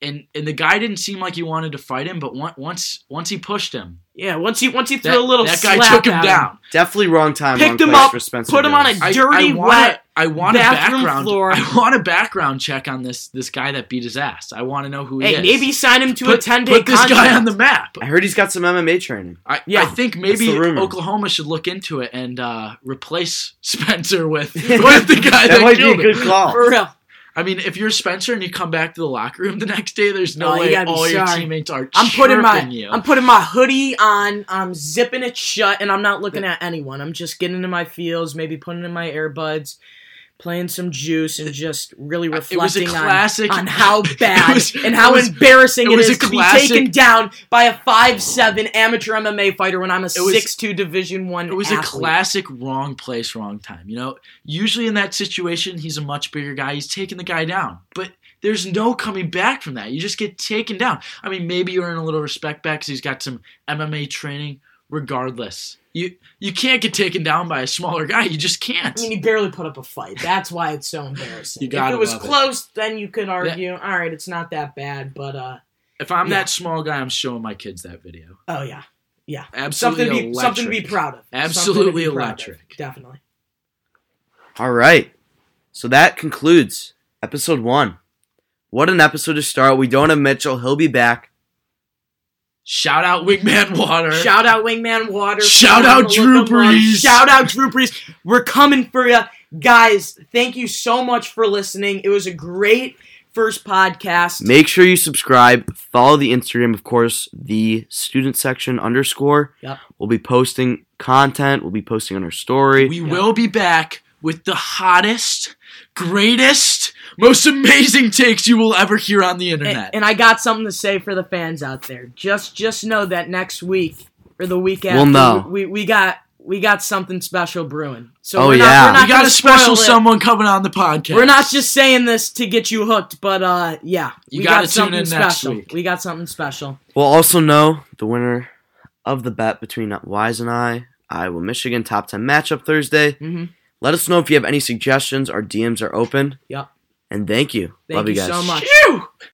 Speaker 3: and and the guy didn't seem like he wanted to fight him. But on- once once he pushed him,
Speaker 1: Yeah, once he once he
Speaker 3: that,
Speaker 1: threw a little
Speaker 3: that guy
Speaker 1: slap
Speaker 3: took him
Speaker 1: at
Speaker 3: down.
Speaker 2: Definitely wrong time.
Speaker 1: Picked
Speaker 2: wrong
Speaker 1: him
Speaker 2: place
Speaker 1: up,
Speaker 2: for Spencer
Speaker 1: put him on
Speaker 2: Jones.
Speaker 1: a- Dirty,
Speaker 3: I want
Speaker 1: wet
Speaker 3: I want a
Speaker 1: bathroom
Speaker 3: background.
Speaker 1: floor.
Speaker 3: I want a background check on this this guy that beat his ass. I want to know who he
Speaker 1: Hey,
Speaker 3: is.
Speaker 1: maybe sign him to
Speaker 3: put,
Speaker 1: a ten day
Speaker 3: put this
Speaker 1: contract.
Speaker 3: guy on the map.
Speaker 2: I heard he's got some MMA training.
Speaker 3: I, I
Speaker 1: Yeah,
Speaker 3: think
Speaker 2: the
Speaker 3: maybe
Speaker 2: rumor.
Speaker 3: Oklahoma should look into it and uh, replace Spencer with, with the guy that,
Speaker 2: That might be a
Speaker 3: killed
Speaker 2: good
Speaker 3: him.
Speaker 2: call.
Speaker 1: for real.
Speaker 3: I mean, if you're Spencer and you come back to the locker room the next day, there's no
Speaker 1: Oh, you
Speaker 3: way
Speaker 1: gotta be
Speaker 3: all your
Speaker 1: sorry.
Speaker 3: teammates are
Speaker 1: I'm putting my
Speaker 3: chirping you.
Speaker 1: I'm putting my hoodie on. I'm zipping it shut, and I'm not looking at anyone. I'm just getting into my fields, maybe putting in my earbuds, playing some juice, and just really
Speaker 3: was a
Speaker 1: reflecting on-
Speaker 3: classic-
Speaker 1: on, how bad
Speaker 3: was-
Speaker 1: and how
Speaker 3: it was-
Speaker 1: embarrassing
Speaker 3: it
Speaker 1: it
Speaker 3: was
Speaker 1: is
Speaker 3: a
Speaker 1: to be
Speaker 3: classic-
Speaker 1: taken down by a five seven amateur MMA fighter when I'm a
Speaker 3: was-
Speaker 1: six two Division one.
Speaker 3: it was a classic wrong place, wrong time. You know, usually in that situation, he's a much bigger guy. He's taking the guy down, but there's no coming back from that. You just get taken down. I mean, maybe you earn a little respect back because he's got some MMA training. Regardless, you you can't get taken down by a smaller guy. You just can't.
Speaker 1: I mean, he barely put up a fight. That's why it's so embarrassing.
Speaker 3: You
Speaker 1: if
Speaker 3: gotta
Speaker 1: it was
Speaker 3: love it.
Speaker 1: close, then you could argue, all right, it's not that bad. But uh,
Speaker 3: If I'm
Speaker 1: Yeah.
Speaker 3: that small guy, I'm showing my kids that video.
Speaker 1: oh yeah, yeah,
Speaker 3: Absolutely
Speaker 1: something to be
Speaker 3: electric.
Speaker 1: something to be proud of.
Speaker 3: Absolutely
Speaker 1: Something to be proud of,
Speaker 3: electric.
Speaker 1: Definitely.
Speaker 2: All right. So that concludes episode one. What an episode to start. We don't have Mitchell. He'll be back.
Speaker 3: Shout out Wingman Water.
Speaker 1: Shout out Wingman Water.
Speaker 3: Shout out Drew
Speaker 1: Look 'em up.
Speaker 3: Brees.
Speaker 1: Shout out Drew Brees. We're coming for you. Guys, thank you so much for listening. It was a great first podcast.
Speaker 2: Make sure you subscribe. Follow the Instagram, of course, the student section underscore.
Speaker 1: Yep.
Speaker 2: We'll be posting content. We'll be posting on our story.
Speaker 3: we will be back with the hottest greatest, most amazing takes you will ever hear on the
Speaker 1: And,
Speaker 3: internet.
Speaker 1: and I got something to say for the fans out there. Just just know that next week or the week after,
Speaker 2: We'll know.
Speaker 1: we, we got we got something special brewing. So
Speaker 2: Oh,
Speaker 1: we're not,
Speaker 2: yeah.
Speaker 1: we're not
Speaker 3: we got
Speaker 1: gonna
Speaker 3: a special
Speaker 1: spoil it.
Speaker 3: someone coming on the podcast.
Speaker 1: We're not just saying this to get you hooked, but uh, yeah,
Speaker 3: You
Speaker 1: we
Speaker 3: gotta
Speaker 1: got
Speaker 3: tune
Speaker 1: something
Speaker 3: in next
Speaker 1: special.
Speaker 3: week.
Speaker 1: We got something special.
Speaker 2: We'll also know the winner of the bet between Wise and I, Iowa Michigan top 10 matchup Thursday.
Speaker 1: Mhm.
Speaker 2: Let us know if you have any suggestions. Our DMs are open.
Speaker 1: Yep.
Speaker 2: And thank you.
Speaker 1: Thank
Speaker 2: Love you,
Speaker 1: you
Speaker 2: guys.
Speaker 1: so much.
Speaker 3: Phew!